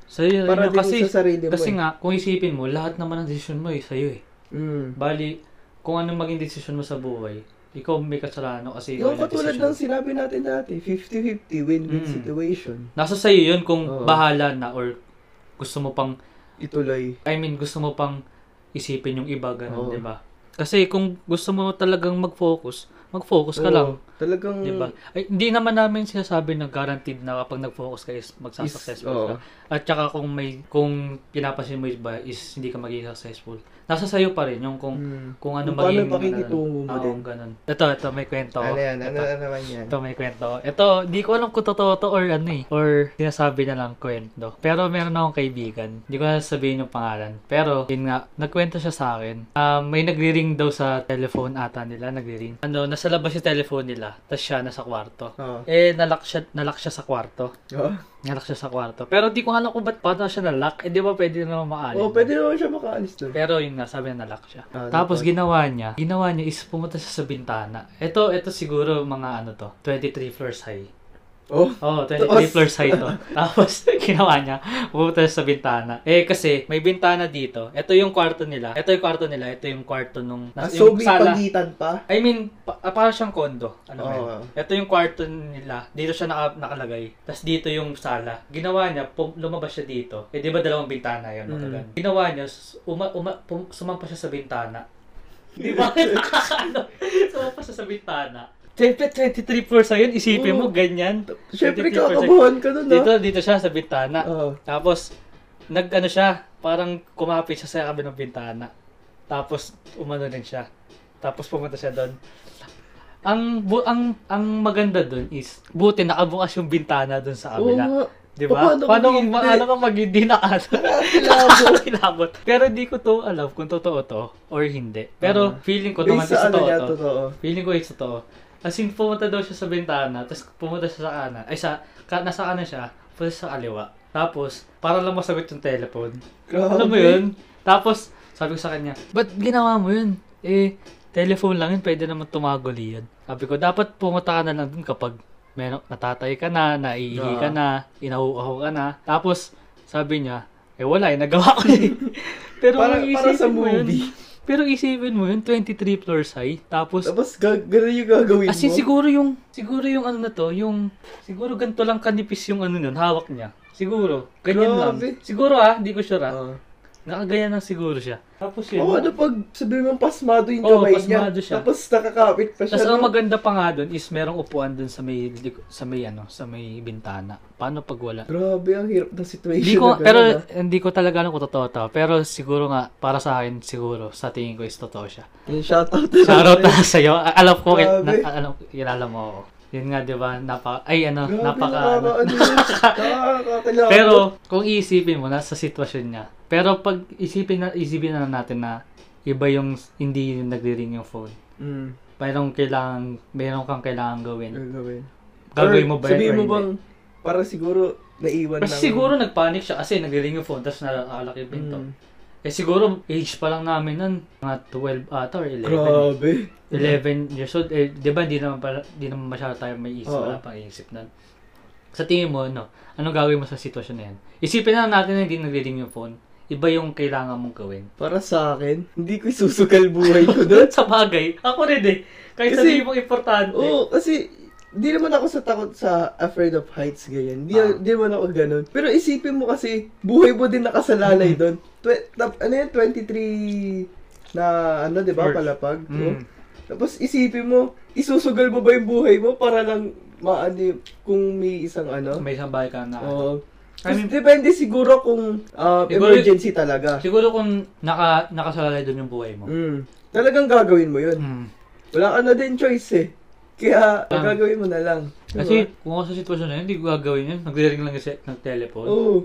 [SPEAKER 1] Sa'yo
[SPEAKER 2] Para
[SPEAKER 1] Para
[SPEAKER 2] din
[SPEAKER 1] kasi,
[SPEAKER 2] sa sarili mo
[SPEAKER 1] kasi
[SPEAKER 2] eh.
[SPEAKER 1] nga, kung isipin mo, lahat naman ng desisyon mo eh, sa'yo eh.
[SPEAKER 2] Mm.
[SPEAKER 1] Bali, kung anong maging desisyon mo sa buhay, ikaw may kasalanan kasi ikaw yung
[SPEAKER 2] Yung katulad
[SPEAKER 1] nagdesisyon.
[SPEAKER 2] ng sinabi natin dati, 50-50 win-win
[SPEAKER 1] Mm.
[SPEAKER 2] situation.
[SPEAKER 1] Nasa sa'yo yun kung
[SPEAKER 2] Oo.
[SPEAKER 1] bahala na or gusto mo pang,
[SPEAKER 2] Ituloy.
[SPEAKER 1] I mean, gusto mo pang isipin yung iba, ganun,
[SPEAKER 2] Oo.
[SPEAKER 1] di ba? Kasi kung gusto mo talagang mag-focus, mag-focus ka
[SPEAKER 2] Oo, Mm.
[SPEAKER 1] lang.
[SPEAKER 2] Talagang,
[SPEAKER 1] Di ba? Ay, hindi naman namin sinasabi na guaranteed na kapag nag-focus ka is
[SPEAKER 2] Is- oo.
[SPEAKER 1] magsasuccessful ka. At saka kung may kung pinapasin mo is ba is hindi ka magiging successful. Nasa sayo pa rin yung kung
[SPEAKER 2] Mm.
[SPEAKER 1] kung ano
[SPEAKER 2] Kung paano
[SPEAKER 1] magiging
[SPEAKER 2] pakikitungo mo
[SPEAKER 1] Oo,
[SPEAKER 2] din.
[SPEAKER 1] ganun. Ito, ito may kwento.
[SPEAKER 2] Ano yan? Ano,
[SPEAKER 1] Ito,
[SPEAKER 2] ano naman yan?
[SPEAKER 1] ito may kwento. Ito, di ko alam kung totoo to or ano eh. Or sinasabi na lang kwento. Pero meron akong kaibigan. Hindi ko na sasabihin yung pangalan. Pero, yun nga, nagkwento siya sa akin. Ah, may nagri-ring daw sa telephone ata nila. Nagri-ring. Ano, nasa labas yung telephone nila. Tapos siya nasa kwarto.
[SPEAKER 2] Oo.
[SPEAKER 1] Eh, nalock siya, nalock siya sa kwarto.
[SPEAKER 2] Oo.
[SPEAKER 1] Nalock siya sa kwarto. Pero di ko alam kung ba't paano siya nalock. Eh, di ba pwede na naman maalis?
[SPEAKER 2] Oo, Oh, pwede naman siya makaalis doon.
[SPEAKER 1] Pero yun nga, sabi na nalock siya.
[SPEAKER 2] Ah,
[SPEAKER 1] Tapos
[SPEAKER 2] dapat.
[SPEAKER 1] ginawa niya, ginawa niya is pumunta siya sa bintana. Ito, ito siguro mga ano to, 23 floors high.
[SPEAKER 2] Oh.
[SPEAKER 1] Oo, oh, 23
[SPEAKER 2] Taas.
[SPEAKER 1] floors high to. Tapos ginawa niya, pumunta siya sa bintana. Eh kasi, may bintana dito. Ito yung kwarto nila. Ito yung kwarto nila. Ito yung kwarto nung,
[SPEAKER 2] Ah,
[SPEAKER 1] nas-
[SPEAKER 2] so,
[SPEAKER 1] yung
[SPEAKER 2] may
[SPEAKER 1] sala.
[SPEAKER 2] pagitan pa?
[SPEAKER 1] I mean, pa- ah, parang siyang kondo. Ano
[SPEAKER 2] Oo.
[SPEAKER 1] yun? Ito yung kwarto nila. Dito siya naka- nakalagay. Tapos dito yung sala. Ginawa niya, pum- lumabas siya dito. Eh, di ba dalawang bintana yun?
[SPEAKER 2] Mm.
[SPEAKER 1] Mm. Ginawa niya, s- uma, uma, pum- sumampa siya sa bintana. Di ba? Nakakaano. sumampa siya sa bintana. Siyempre, 23 floors na yun. Isipin mo,
[SPEAKER 2] Oo.
[SPEAKER 1] ganyan.
[SPEAKER 2] Siyempre,
[SPEAKER 1] 23%.
[SPEAKER 2] kakabahan ka ah. doon,
[SPEAKER 1] Dito, dito siya sa bintana.
[SPEAKER 2] Oo.
[SPEAKER 1] Tapos, nag-ano siya, parang kumapit siya sa kabilang bintana. Tapos, umano din siya. Tapos pumunta siya doon. Ang bu- ang ang maganda doon is buti nakabukas yung bintana doon sa
[SPEAKER 2] Oo
[SPEAKER 1] kabila.
[SPEAKER 2] nga.
[SPEAKER 1] Di ba?
[SPEAKER 2] Paano
[SPEAKER 1] Paano
[SPEAKER 2] kung
[SPEAKER 1] kung
[SPEAKER 2] hindi?
[SPEAKER 1] paano kung magindi na ano?
[SPEAKER 2] Nakakilabot.
[SPEAKER 1] Kilabot. Pero di ko to alam kung totoo to or hindi. Pero feeling ko naman
[SPEAKER 2] Ah. Based
[SPEAKER 1] is
[SPEAKER 2] sa ano
[SPEAKER 1] totoo
[SPEAKER 2] niya,
[SPEAKER 1] to.
[SPEAKER 2] totoo.
[SPEAKER 1] Feeling ko it's totoo. As in, pumunta daw siya sa bintana, tapos pumunta siya sa kanan. Ay, sa, ka, nasa kanan siya, pumunta siya sa kaliwa. Tapos, para lang masagot yung telephone.
[SPEAKER 2] Grabe.
[SPEAKER 1] Alam mo yun? Tapos, sabi ko sa kanya, ba't ginawa mo yun? Eh, telephone lang yun, pwede naman tumaguli yun. Sabi ko, dapat pumunta ka na lang dun kapag meron, natatay ka na, naiihi
[SPEAKER 2] Ah.
[SPEAKER 1] ka na, inahuaho ka na. Tapos, sabi niya, eh wala, eh, nagawa ko yun. Pero
[SPEAKER 2] Para, para sa
[SPEAKER 1] isipin mo yun.
[SPEAKER 2] movie.
[SPEAKER 1] Pero isipin mo yun, 23 floors high. Tapos,
[SPEAKER 2] Tapos, ga- ganun yung gagawin mo.
[SPEAKER 1] As in, siguro yung, siguro yung ano na to, yung, siguro ganito lang kanipis yung ano nun, hawak niya. Siguro. Ganyan
[SPEAKER 2] Grabe.
[SPEAKER 1] lang. Siguro ah, hindi ko sure ah.
[SPEAKER 2] Oo.
[SPEAKER 1] Nakaganyan lang siguro siya. Tapos yun.
[SPEAKER 2] Oo, ano pag sabi mo pasmado yung
[SPEAKER 1] Oo,
[SPEAKER 2] kamay
[SPEAKER 1] pasmado
[SPEAKER 2] niya.
[SPEAKER 1] siya.
[SPEAKER 2] Tapos nakakapit pa siya.
[SPEAKER 1] Tapos ang
[SPEAKER 2] no?
[SPEAKER 1] maganda pa nga dun is merong upuan dun sa may, lik- sa may ano, sa may bintana. Paano pag wala?
[SPEAKER 2] Grabe, ang hirap na situation.
[SPEAKER 1] Hindi ko,
[SPEAKER 2] na ganun,
[SPEAKER 1] pero
[SPEAKER 2] ah.
[SPEAKER 1] hindi ko talaga alam kung totoo to. Pero siguro nga, para sa akin, siguro, sa tingin ko is totoo siya.
[SPEAKER 2] Yung shoutout.
[SPEAKER 1] Shoutout na sa'yo. A- Alam ko,
[SPEAKER 2] Grabe.
[SPEAKER 1] na, alam, kilala mo ako. Yun nga, di ba? Napaka, ay ano,
[SPEAKER 2] Grabe,
[SPEAKER 1] napaka, ano,
[SPEAKER 2] nakakaano yun. Nakakakilabot.
[SPEAKER 1] Pero kung iisipin mo nasa sitwasyon niya. Pero pag isipin na isipin na natin na iba yung hindi yung nagri-ring yung phone.
[SPEAKER 2] Mm,
[SPEAKER 1] Mayroong kailangan, mayroong kang kailangan gawin.
[SPEAKER 2] gagawin.
[SPEAKER 1] Gagawin
[SPEAKER 2] Or
[SPEAKER 1] mo ba
[SPEAKER 2] Sabihin
[SPEAKER 1] yun or
[SPEAKER 2] mo
[SPEAKER 1] hindi?
[SPEAKER 2] bang, para siguro, naiwan
[SPEAKER 1] Kasi
[SPEAKER 2] lang.
[SPEAKER 1] siguro nagpanik siya kasi nagri-ring yung phone tapos nakalak yung pinto.
[SPEAKER 2] Mm.
[SPEAKER 1] Eh siguro age pa lang namin nun, mga 12 ata or 11.
[SPEAKER 2] Grabe.
[SPEAKER 1] 11 years old, eh, di ba, di naman, pala, di naman masyado tayo may isip,
[SPEAKER 2] Oo.
[SPEAKER 1] wala pang isip nun. Sa tingin mo, no, anong gagawin mo sa sitwasyon na yan? Isipin na natin na hindi nagre-ring yung phone. Iba yung kailangan mong gawin.
[SPEAKER 2] Para sa akin, hindi ko isusugal buhay ko doon.
[SPEAKER 1] sa bagay, ako rin eh. Kahit
[SPEAKER 2] Kasi-
[SPEAKER 1] sabihin mong importante.
[SPEAKER 2] Oo, kasi di naman ako sa takot sa afraid of heights ganyan. Di,
[SPEAKER 1] Ah.
[SPEAKER 2] di naman ako ganun. Pero isipin mo kasi, buhay mo din
[SPEAKER 1] Hmm.
[SPEAKER 2] nakasalalay doon. Twe- tap- ano yan, 23 na ano, di ba,
[SPEAKER 1] Floors.
[SPEAKER 2] palapag. Oo.
[SPEAKER 1] Mm.
[SPEAKER 2] Tapos isipin mo, isusugal mo ba yung buhay mo para lang maani kung may isang ano?
[SPEAKER 1] May isang bagay ka na.
[SPEAKER 2] Oo.
[SPEAKER 1] I mean-
[SPEAKER 2] Tapos depende siguro kung ah,
[SPEAKER 1] Siguro-
[SPEAKER 2] emergency talaga.
[SPEAKER 1] Siguro kung naka, nakasalalay doon yung buhay mo.
[SPEAKER 2] Mm. Talagang gagawin mo yun.
[SPEAKER 1] Mm.
[SPEAKER 2] Wala ka na din choice eh. Kaya,
[SPEAKER 1] Ah.
[SPEAKER 2] gagawin mo na lang. Diba?
[SPEAKER 1] Kasi kung ako sa sitwasyon na yun, hindi ko gagawin yun. Nagre-ring lang kasi ng telephone.
[SPEAKER 2] Oo.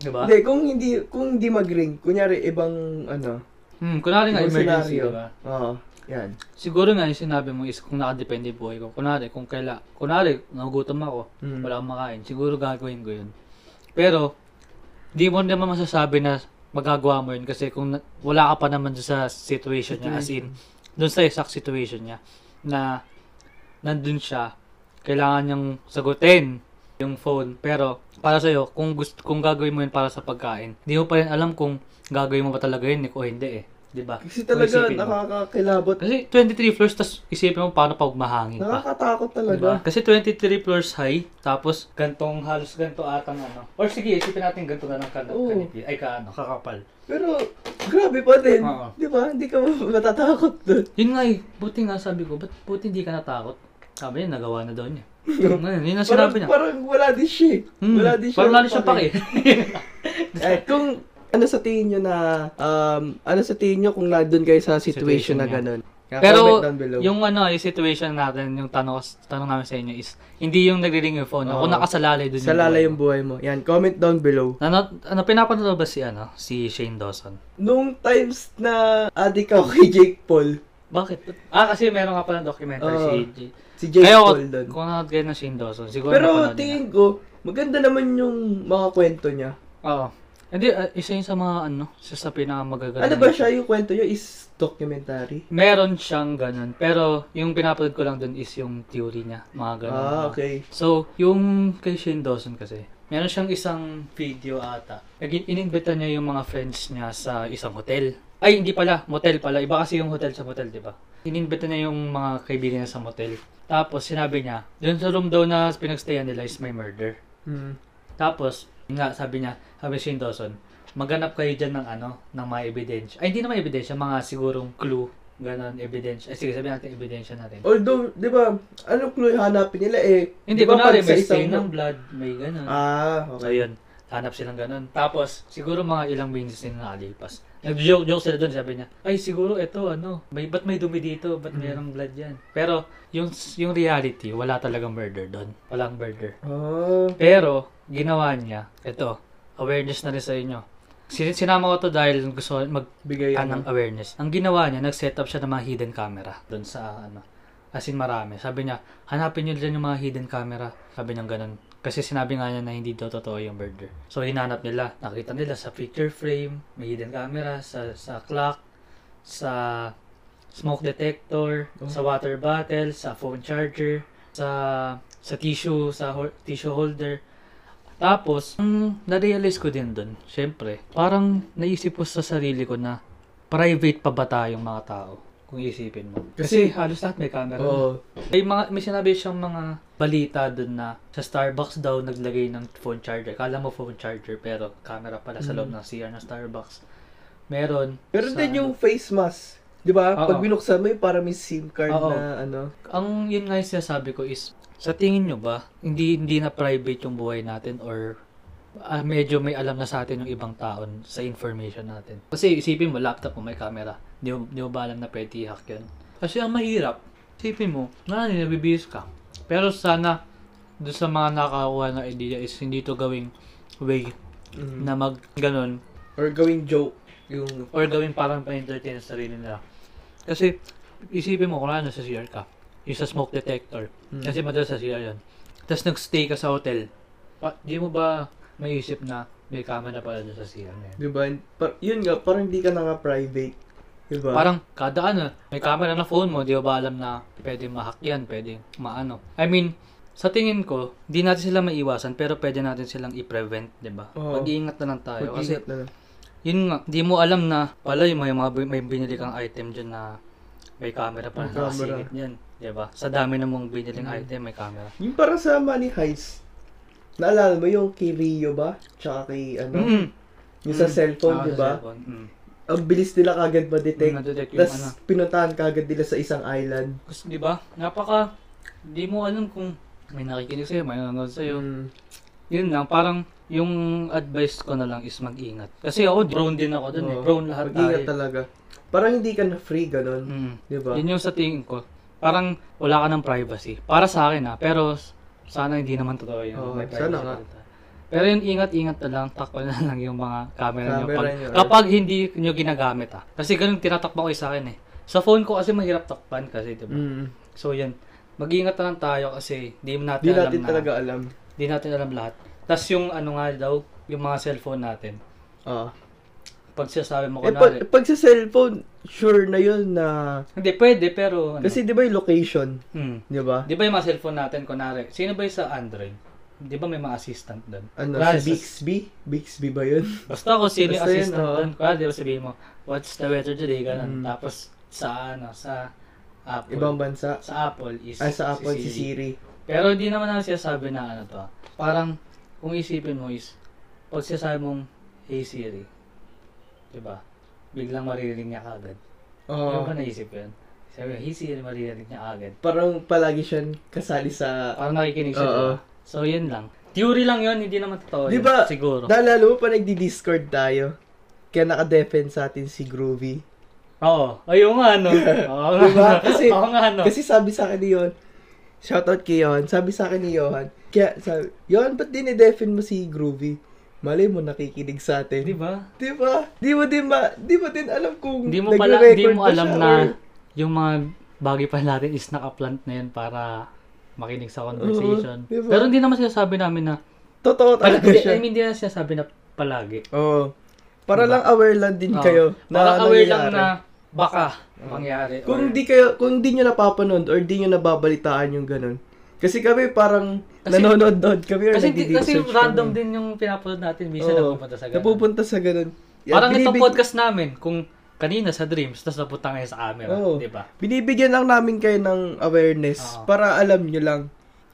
[SPEAKER 1] Di ba?
[SPEAKER 2] Hindi, kung hindi, kung hindi mag-ring, kunyari, ibang, ano,
[SPEAKER 1] Mm, kunwari nga
[SPEAKER 2] ibang
[SPEAKER 1] emergency, diba?
[SPEAKER 2] scenario.
[SPEAKER 1] di ba?
[SPEAKER 2] Oo, yan.
[SPEAKER 1] Siguro nga yung sinabi mo is kung nakadepende yung buhay ko. Kunwari, kung kaila, kunwari, nagugutom ako,
[SPEAKER 2] Mm.
[SPEAKER 1] wala akong makain, siguro gagawin ko yun. Pero, di mo naman masasabi na magagawa mo yun kasi kung na- wala ka pa naman dun sa situation niya, as in, dun sa exact situation niya, na nandun siya, kailangan niyang sagutin yung phone. Pero para sa'yo, kung, gusto, kung gagawin mo yun para sa pagkain, hindi mo pa rin alam kung gagawin mo ba talaga yun o hindi eh. Di ba?
[SPEAKER 2] Kasi
[SPEAKER 1] Kung
[SPEAKER 2] talaga
[SPEAKER 1] isipin mo.
[SPEAKER 2] nakakakilabot.
[SPEAKER 1] Kasi 23 floors, tas isipin mo paano pag mahangin pa.
[SPEAKER 2] Nakakatakot talaga.
[SPEAKER 1] Diba? Kasi 23 floors high, tapos gantong halos ganto atang ano. Or sige, isipin natin ganto na ng kan-
[SPEAKER 2] Oo.
[SPEAKER 1] kanipi. Ay ka ano, kakapal.
[SPEAKER 2] Pero, grabe pa din.
[SPEAKER 1] Oo.
[SPEAKER 2] Di ba? Hindi ka matatakot doon.
[SPEAKER 1] Yun nga eh, buti nga sabi ko, ba't buti hindi ka natakot? Sabi niya, nagawa na daw niya. Ngayon, yun ang sinabi niya.
[SPEAKER 2] Parang wala din siya. eh.
[SPEAKER 1] Hmm,
[SPEAKER 2] Wala din siya.
[SPEAKER 1] parang lalo siya pake.
[SPEAKER 2] Eh, kung ano sa tingin nyo na, um, ano sa tingin nyo kung nandun kayo sa
[SPEAKER 1] Situation
[SPEAKER 2] situation, na
[SPEAKER 1] niya.
[SPEAKER 2] ganun?
[SPEAKER 1] Pero
[SPEAKER 2] Comment down below.
[SPEAKER 1] yung ano, yung situation natin, yung tanong, tanong namin sa inyo is, hindi yung nagri-ring yung phone. no?
[SPEAKER 2] Oo.
[SPEAKER 1] Kung nakasalalay dun
[SPEAKER 2] Salala
[SPEAKER 1] buhay
[SPEAKER 2] yung buhay mo. Yan, comment down below.
[SPEAKER 1] mo. Ano, ano pinapanood ba si, ano, si Shane Dawson?
[SPEAKER 2] Nung times na adik ako kay Jake Paul,
[SPEAKER 1] Bakit? Ah, kasi meron nga pala documentary
[SPEAKER 2] Oo.
[SPEAKER 1] si
[SPEAKER 2] si Jake
[SPEAKER 1] Ayoko,
[SPEAKER 2] Ah. Paul doon.
[SPEAKER 1] kung nanonood kayo ng Shane Dawson, siguro
[SPEAKER 2] Pero
[SPEAKER 1] napanood niya.
[SPEAKER 2] tingin ko, maganda naman yung mga kwento niya.
[SPEAKER 1] Oo. Hindi, uh, isa yun sa mga ano, isa sa pinakamagaganda.
[SPEAKER 2] Ano ba siya yung kwento niya is documentary?
[SPEAKER 1] Meron siyang ganun. Pero yung pinapanood ko lang dun is yung theory niya. Mga ganun.
[SPEAKER 2] Ah, okay.
[SPEAKER 1] So, yung kay Shane Dawson kasi, meron siyang isang video ata. Nag- Ininbita niya yung mga friends niya sa isang hotel. Ay, hindi pala. Motel pala. Iba kasi yung hotel sa motel, di ba? Ininbita niya yung mga kaibigan niya sa motel. Tapos, sinabi niya, dun sa room daw na pinagstayan nila is may murder.
[SPEAKER 2] Hmm.
[SPEAKER 1] Tapos, yun nga, sabi niya, sabi ni Shane Dawson, maghanap kayo dyan ng ano, ng mga ebidensya. Ay, hindi naman ebidensya, mga sigurong clue, ganon, ebidensya. Ay, sige, sabi natin ebidensya natin.
[SPEAKER 2] Although, di ba, ano clue yung hanapin nila eh?
[SPEAKER 1] Hindi,
[SPEAKER 2] Oh, di ba,
[SPEAKER 1] kunwari,
[SPEAKER 2] pag sa
[SPEAKER 1] may
[SPEAKER 2] isang-
[SPEAKER 1] stain ng blood, may ganon.
[SPEAKER 2] Ah,
[SPEAKER 1] So,
[SPEAKER 2] okay.
[SPEAKER 1] yun, hanap silang ganon. Tapos, siguro mga ilang minutes din nakalipas. Nag-joke-joke sila doon, sabi niya, ay, siguro ito, ano, may, ba't may dumi dito, ba't mayroong blood yan? Pero, yung, yung reality, wala talagang murder doon. Walang murder.
[SPEAKER 2] Ah,
[SPEAKER 1] Pero, ginawa niya, ito, awareness na rin sa inyo. Sin- Sinama ko to dahil gusto mag
[SPEAKER 2] bigay
[SPEAKER 1] ng
[SPEAKER 2] ano.
[SPEAKER 1] awareness. Ang ginawa niya, nag-set up siya ng mga hidden camera doon sa ano. As in marami. Sabi niya, hanapin niyo dyan yung mga hidden camera. Sabi niya ganun. Kasi sinabi nga niya na hindi daw totoo yung murder. So hinanap nila. Nakita nila sa picture frame, may hidden camera, sa, sa clock, sa smoke detector,
[SPEAKER 2] Oh.
[SPEAKER 1] sa water bottle, sa phone charger, sa sa tissue, sa hol- tissue holder. Tapos, ang na-realize ko din dun, syempre, parang naisip ko sa sarili ko na private pa ba tayong mga tao? Kung isipin mo. Kasi, halos lahat may camera. na.
[SPEAKER 2] Oo.
[SPEAKER 1] May, mga, may sinabi siyang mga balita dun na sa Starbucks daw naglagay ng phone charger. Kala mo phone charger pero camera pala sa loob ng CR ng Starbucks. Meron.
[SPEAKER 2] Pero
[SPEAKER 1] sa- ano?
[SPEAKER 2] din yung face mask. Di ba?
[SPEAKER 1] Oo.
[SPEAKER 2] Pag binuksan mo, yung parang may SIM card
[SPEAKER 1] Oo.
[SPEAKER 2] na ano.
[SPEAKER 1] Ang yun nga yung sinasabi ko is, sa tingin nyo ba, hindi, hindi na private yung buhay natin or ah, medyo may alam na sa atin yung ibang taon sa information natin. Kasi isipin mo, laptop mo may camera. Hindi mo, hindi mo ba alam na pwede i-hack yun? Kasi ang mahirap, isipin mo, na nabibihis ka. Pero sana, doon sa mga nakakuha ng idea is hindi to gawing way
[SPEAKER 2] Mm.
[SPEAKER 1] na mag ganun
[SPEAKER 2] Or gawing joke. Yung,
[SPEAKER 1] or gawin parang pa-entertain sa sarili nila. Kasi, isipin mo, kung ano, sa CR ka, yung sa smoke detector,
[SPEAKER 2] Mm.
[SPEAKER 1] kasi madalas sa CR yun. Tapos nag-stay ka sa hotel, pa, di mo ba maisip na may kama na pala doon sa CR na yun?
[SPEAKER 2] di ba? Par- yun nga, parang hindi ka na nga private. Di ba?
[SPEAKER 1] Parang kada ano, may camera na phone mo, di mo ba alam na pwede mahack yan, pwede maano. I mean, sa tingin ko, di natin sila maiwasan pero pwede natin silang i-prevent, di ba?
[SPEAKER 2] Oo.
[SPEAKER 1] Mag-iingat na lang tayo. Kasi
[SPEAKER 2] Mag-ingat na lang.
[SPEAKER 1] yun nga, di mo alam na pala yung may, mga, may binili kang item dyan na may camera pa
[SPEAKER 2] May
[SPEAKER 1] na
[SPEAKER 2] camera. Mm.
[SPEAKER 1] nakasingit niyan. Diba? Sa dami na mong biniling item, may camera.
[SPEAKER 2] Yung parang sa money heist. Naalala mo yung kay Rio ba? Tsaka kay ano?
[SPEAKER 1] Mm.
[SPEAKER 2] Yung sa
[SPEAKER 1] Mm.
[SPEAKER 2] cellphone,
[SPEAKER 1] Ah,
[SPEAKER 2] di
[SPEAKER 1] sa
[SPEAKER 2] ba?
[SPEAKER 1] cellphone, mm.
[SPEAKER 2] Ang bilis nila kagad ma-detect.
[SPEAKER 1] Na-detect yung ano.
[SPEAKER 2] Tapos pinuntahan kagad nila sa isang island.
[SPEAKER 1] Kasi di ba? Napaka, di mo alam kung may nakikinig sa'yo, may nanonood sa'yo.
[SPEAKER 2] Mm.
[SPEAKER 1] Yun lang, parang yung advice ko na lang is mag-ingat. Kasi ako, drone din ako dun eh.
[SPEAKER 2] Oo.
[SPEAKER 1] Drone lahat
[SPEAKER 2] Mag-ingat
[SPEAKER 1] tayo.
[SPEAKER 2] talaga. Parang hindi ka na free, ganun.
[SPEAKER 1] Mm.
[SPEAKER 2] Di ba?
[SPEAKER 1] Yun yung sa tingin ko. Parang wala ka ng privacy. Para sa akin ha. Pero sana hindi naman totoo yun.
[SPEAKER 2] Oo,
[SPEAKER 1] May
[SPEAKER 2] sana
[SPEAKER 1] privacy
[SPEAKER 2] nga.
[SPEAKER 1] dito. Pero yun, ingat-ingat na lang. Takpan na lang yung mga camera, nyo.
[SPEAKER 2] Camera
[SPEAKER 1] Pag,
[SPEAKER 2] nyo, or-
[SPEAKER 1] kapag hindi nyo ginagamit ha. Kasi ganun tinatakpan ko eh sa akin eh. Sa phone ko kasi mahirap takpan kasi, di ba?
[SPEAKER 2] Mm.
[SPEAKER 1] So yun, mag-ingat na lang tayo kasi di natin
[SPEAKER 2] Di
[SPEAKER 1] alam
[SPEAKER 2] natin
[SPEAKER 1] na.
[SPEAKER 2] talaga alam.
[SPEAKER 1] Di natin alam lahat. Tapos yung ano nga daw, yung mga cellphone natin.
[SPEAKER 2] Ah.
[SPEAKER 1] Pag sinasabi mo,
[SPEAKER 2] Eh,
[SPEAKER 1] kunwari,
[SPEAKER 2] pag, pag sa cellphone, sure na yun na...
[SPEAKER 1] hindi, pwede, pero ano.
[SPEAKER 2] Kasi di ba yung location,
[SPEAKER 1] hmm.
[SPEAKER 2] di ba?
[SPEAKER 1] Di ba yung mga cellphone natin, kunwari, sino ba yung sa Android? di ba may mga assistant doon?
[SPEAKER 2] Ano,
[SPEAKER 1] Wala,
[SPEAKER 2] sa
[SPEAKER 1] sa-
[SPEAKER 2] Bixby? Bixby ba yun?
[SPEAKER 1] Basta kung sino yung
[SPEAKER 2] Basta yun,
[SPEAKER 1] assistant
[SPEAKER 2] oo.
[SPEAKER 1] doon. Kaya di ba sabihin mo, what's the weather today? Ganun.
[SPEAKER 2] Mm.
[SPEAKER 1] Tapos sa ano, sa Apple.
[SPEAKER 2] Ibang bansa.
[SPEAKER 1] Sa Apple is
[SPEAKER 2] Ay, sa Apple, si
[SPEAKER 1] Siri.
[SPEAKER 2] Siri.
[SPEAKER 1] Pero hindi naman namin sinasabi na ano to. Parang kung isipin mo is, pag sinasabi mong, hey Siri, di ba? Biglang maririnig niya kagad. Yung
[SPEAKER 2] Oo.
[SPEAKER 1] ba naisip ko yun? Sabi, hey Siri, maririnig niya agad.
[SPEAKER 2] parang palagi siyang kasali sa...
[SPEAKER 1] Parang nakikinig siya.
[SPEAKER 2] Oo.
[SPEAKER 1] di ba? So, yun lang. Theory lang yun, hindi naman totoo.
[SPEAKER 2] Di
[SPEAKER 1] yun,
[SPEAKER 2] ba?
[SPEAKER 1] Siguro.
[SPEAKER 2] Naalala mo pa nagdi-discord tayo. Kaya naka-defend sa atin si Groovy.
[SPEAKER 1] Oo. Ayun nga, ano. Oo nga.
[SPEAKER 2] Diba? Kasi-
[SPEAKER 1] Oo nga, ano.
[SPEAKER 2] Kasi sabi sa akin ni Yon, shoutout kay Yon, sabi sa akin ni Yon, kaya sabi, Yon, ba't dinidefend mo si Groovy? Malay mo nakikinig sa atin.
[SPEAKER 1] Di ba?
[SPEAKER 2] Di ba? Di mo din ma, di mo din alam
[SPEAKER 1] Diba?
[SPEAKER 2] kung
[SPEAKER 1] Hindi mo pala, hindi
[SPEAKER 2] nagre-record
[SPEAKER 1] mo
[SPEAKER 2] ba
[SPEAKER 1] alam
[SPEAKER 2] siya eh.
[SPEAKER 1] na
[SPEAKER 2] or-
[SPEAKER 1] yung mga bagay pa natin is naka-plant na yan para makinig sa conversation.
[SPEAKER 2] Oo, diba?
[SPEAKER 1] Pero hindi naman sinasabi namin na,
[SPEAKER 2] Totoo talaga
[SPEAKER 1] hindi, I
[SPEAKER 2] siya.
[SPEAKER 1] mean, hindi na sinasabi na palagi.
[SPEAKER 2] Oo. Para lang aware lang din
[SPEAKER 1] Diba? Oo.
[SPEAKER 2] kayo.
[SPEAKER 1] Parang aware lang
[SPEAKER 2] nangyayari.
[SPEAKER 1] na baka mangyari. or-
[SPEAKER 2] Kung di kayo, kung di nyo napapanood or di nyo nababalitaan yung ganun. Kasi kami parang
[SPEAKER 1] Kasi-
[SPEAKER 2] nanonood-nood kami or
[SPEAKER 1] kasi, di- kasi
[SPEAKER 2] nagdi-research
[SPEAKER 1] random
[SPEAKER 2] kami.
[SPEAKER 1] din yung pinapanood natin. Bisa
[SPEAKER 2] eh. Oo.
[SPEAKER 1] napupunta sa ganun.
[SPEAKER 2] Napupunta sa ganun. Yeah,
[SPEAKER 1] Parang itong
[SPEAKER 2] binibig-
[SPEAKER 1] podcast namin, kung kanina sa Dreams, tapos napunta ngayon sa camera.
[SPEAKER 2] Oo.
[SPEAKER 1] Di ba?
[SPEAKER 2] Binibigyan lang namin kayo ng awareness
[SPEAKER 1] Diba? Oo.
[SPEAKER 2] para alam nyo lang.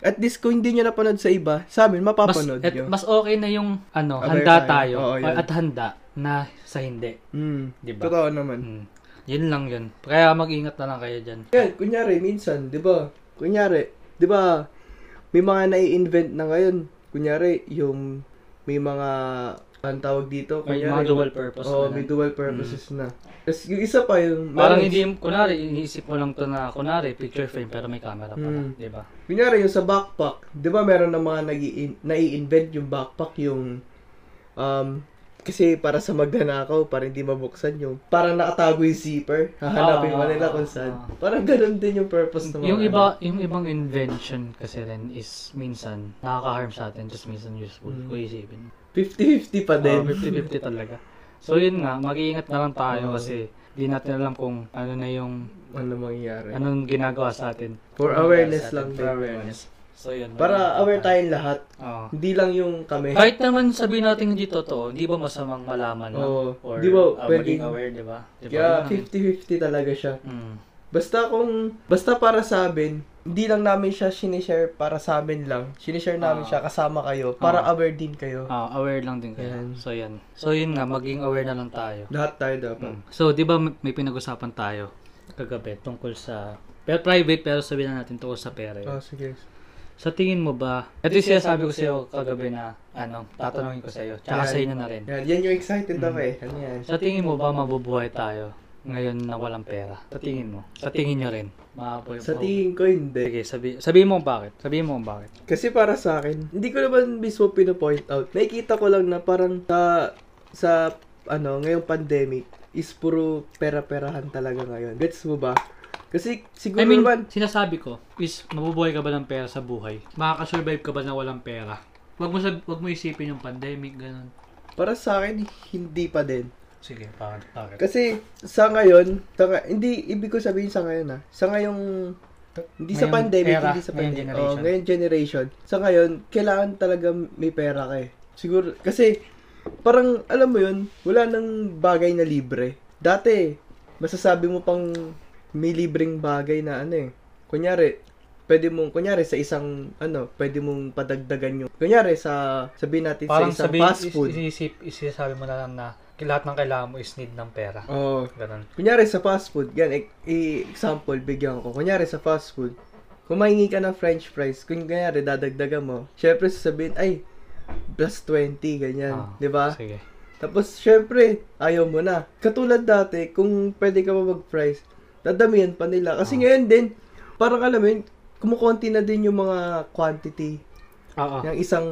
[SPEAKER 2] At least kung hindi nyo napanood sa iba, sa amin
[SPEAKER 1] Mas,
[SPEAKER 2] mapapanood
[SPEAKER 1] et-
[SPEAKER 2] nyo.
[SPEAKER 1] mas okay na yung ano,
[SPEAKER 2] Aware
[SPEAKER 1] handa
[SPEAKER 2] tayo.
[SPEAKER 1] tayo,
[SPEAKER 2] Oo, yun.
[SPEAKER 1] at handa na sa hindi.
[SPEAKER 2] Mm,
[SPEAKER 1] Diba?
[SPEAKER 2] Totoo naman.
[SPEAKER 1] Mm. Yun lang yun. Kaya mag-ingat na lang kayo dyan.
[SPEAKER 2] Yan, kunyari, minsan, di ba? Kunyari, di ba, may mga nai-invent na ngayon. Kunyari, yung may mga, ang tawag dito,
[SPEAKER 1] May
[SPEAKER 2] kunyari,
[SPEAKER 1] mga dual purpose
[SPEAKER 2] Oo,
[SPEAKER 1] na
[SPEAKER 2] may
[SPEAKER 1] lang. Hmm.
[SPEAKER 2] dual purposes na. Tapos yung isa pa, yung,
[SPEAKER 1] Parang
[SPEAKER 2] meron-
[SPEAKER 1] hindi, kunwari, iniisip mo lang to na, kunwari, picture frame pero may camera pala.
[SPEAKER 2] Mm.
[SPEAKER 1] Di ba?
[SPEAKER 2] kunyari, yung sa backpack, di ba, meron ng mga nag-i- nai-invent yung backpack, yung, um, kasi para sa magnanakaw, para hindi mabuksan yung, parang nakatago yung zipper, hahanapin
[SPEAKER 1] Ah,
[SPEAKER 2] mo nila kung saan.
[SPEAKER 1] ah.
[SPEAKER 2] Parang ganun din yung purpose ng mga ano.
[SPEAKER 1] Yung iba, yung ibang invention kasi rin is minsan nakaka-harm sa atin, just minsan useful.
[SPEAKER 2] Mm.
[SPEAKER 1] Kung isipin.
[SPEAKER 2] 50-50 pa din.
[SPEAKER 1] Oo, 50-50 Ah, talaga. So yun nga, mag-iingat na lang tayo
[SPEAKER 2] Oo.
[SPEAKER 1] kasi di natin alam kung ano na yung
[SPEAKER 2] ano mangyari.
[SPEAKER 1] anong ginagawa sa atin.
[SPEAKER 2] For
[SPEAKER 1] Anong
[SPEAKER 2] awareness
[SPEAKER 1] ginagawa sa
[SPEAKER 2] lang
[SPEAKER 1] atin,
[SPEAKER 2] din.
[SPEAKER 1] For awareness. So yun.
[SPEAKER 2] Para
[SPEAKER 1] mag-iingat
[SPEAKER 2] aware
[SPEAKER 1] tayo.
[SPEAKER 2] tayong lahat.
[SPEAKER 1] Oo.
[SPEAKER 2] Hindi lang yung kami.
[SPEAKER 1] Kahit naman sabihin natin hindi totoo, di ba masamang malaman lang?
[SPEAKER 2] Oo.
[SPEAKER 1] Or
[SPEAKER 2] Di ba,
[SPEAKER 1] ah,
[SPEAKER 2] pwedeng-
[SPEAKER 1] maging aware, di ba? Di ba?
[SPEAKER 2] Kaya
[SPEAKER 1] Yun lang
[SPEAKER 2] 50-50 talaga siya.
[SPEAKER 1] eh. Mm.
[SPEAKER 2] Basta kung, basta para sa amin, hindi lang namin siya sinishare para sa amin lang. Sinishare namin
[SPEAKER 1] Ah.
[SPEAKER 2] siya kasama kayo para aware din kayo.
[SPEAKER 1] Ah, aware lang din kayo.
[SPEAKER 2] Yan.
[SPEAKER 1] So yan. So yun nga, maging aware na lang tayo.
[SPEAKER 2] Lahat tayo dapat.
[SPEAKER 1] Mm. So, di ba may pinag-usapan tayo kagabi tungkol sa... Pero private, pero sabihin na natin tungkol sa pera. yun.
[SPEAKER 2] Oh, sige.
[SPEAKER 1] Sa tingin mo ba, ito yung sinasabi ko sa'yo kagabi na, ano, tatanungin ko sa'yo, tsaka
[SPEAKER 2] Yan.
[SPEAKER 1] sa inyo na rin.
[SPEAKER 2] Yan, yan yung excited
[SPEAKER 1] Mm.
[SPEAKER 2] ako eh. Ano yan?
[SPEAKER 1] Sa tingin mo ba mabubuhay tayo ngayon na walang pera? Sa tingin mo? Sa tingin nyo rin? Maapoy
[SPEAKER 2] Sa tingin ko hindi.
[SPEAKER 1] Sige, sabi, sabihin mo kung bakit. Sabihin mo kung bakit.
[SPEAKER 2] Kasi para sa akin, hindi ko naman mismo pinapoint out. Nakikita ko lang na parang sa, sa ano, ngayong pandemic, is puro pera-perahan talaga ngayon. Gets mo ba? Kasi siguro
[SPEAKER 1] I mean,
[SPEAKER 2] naman,
[SPEAKER 1] sinasabi ko is mabubuhay ka ba ng pera sa buhay? Makakasurvive ka ba na walang pera? Wag mo, sab- wag mo isipin yung pandemic, ganun.
[SPEAKER 2] para sa akin, hindi pa din.
[SPEAKER 1] Sige, bakit? Bakit?
[SPEAKER 2] Kasi sa ngayon, sa nga- hindi ibig ko sabihin sa ngayon ah. Sa ngayong hindi sa
[SPEAKER 1] Ngayong
[SPEAKER 2] pandemic,
[SPEAKER 1] era,
[SPEAKER 2] hindi sa
[SPEAKER 1] ngayong
[SPEAKER 2] pandemic.
[SPEAKER 1] generation.
[SPEAKER 2] Oh, ngayong generation. Sa ngayon, kailangan talaga may pera ka eh. Siguro kasi parang alam mo 'yun, wala nang bagay na libre. Dati masasabi mo pang may libreng bagay na ano eh. Kunyari, pwede mong kunyari sa isang ano, pwede mong padagdagan yung kunyari sa sabihin natin
[SPEAKER 1] Parang
[SPEAKER 2] sa isang
[SPEAKER 1] sabihin,
[SPEAKER 2] fast food.
[SPEAKER 1] Isisip, isasabi mo na lang na lahat ng kailangan mo is need ng pera.
[SPEAKER 2] oh,
[SPEAKER 1] Ganun.
[SPEAKER 2] Kunyari sa fast food, yan, e- i-example bigyan ko. Kunyari sa fast food, kumahingi ka ng french fries, kung kunyari dadagdagan mo, syempre sasabihin, ay, plus 20, ganyan,
[SPEAKER 1] Ah,
[SPEAKER 2] di ba?
[SPEAKER 1] Sige.
[SPEAKER 2] Tapos, syempre, ayaw mo na. Katulad dati, kung pwede ka pa mag-fries, dadamihan pa nila.
[SPEAKER 1] Ah.
[SPEAKER 2] Kasi ngayon din, parang alam mo yun, kumukonti na din yung mga quantity
[SPEAKER 1] Oo.
[SPEAKER 2] ng isang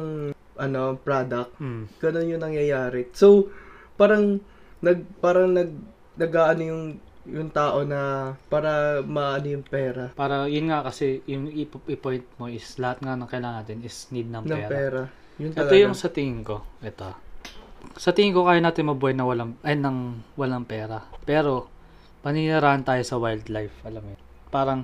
[SPEAKER 2] ano product
[SPEAKER 1] Mm.
[SPEAKER 2] ganun yung nangyayari. So, parang nag parang nag nagaano yung yung tao na para maano yung pera
[SPEAKER 1] Para yun nga kasi yung ip- i-point mo is lahat nga ng kailangan natin is need ng
[SPEAKER 2] ng
[SPEAKER 1] pera.
[SPEAKER 2] pera. Yun
[SPEAKER 1] Ito
[SPEAKER 2] talaga.
[SPEAKER 1] yung sa tingin ko. Ito. Sa tingin ko kaya natin mabuhay na walang ay nang walang pera. Pero paninirahan tayo sa wildlife, alam mo. yun. Parang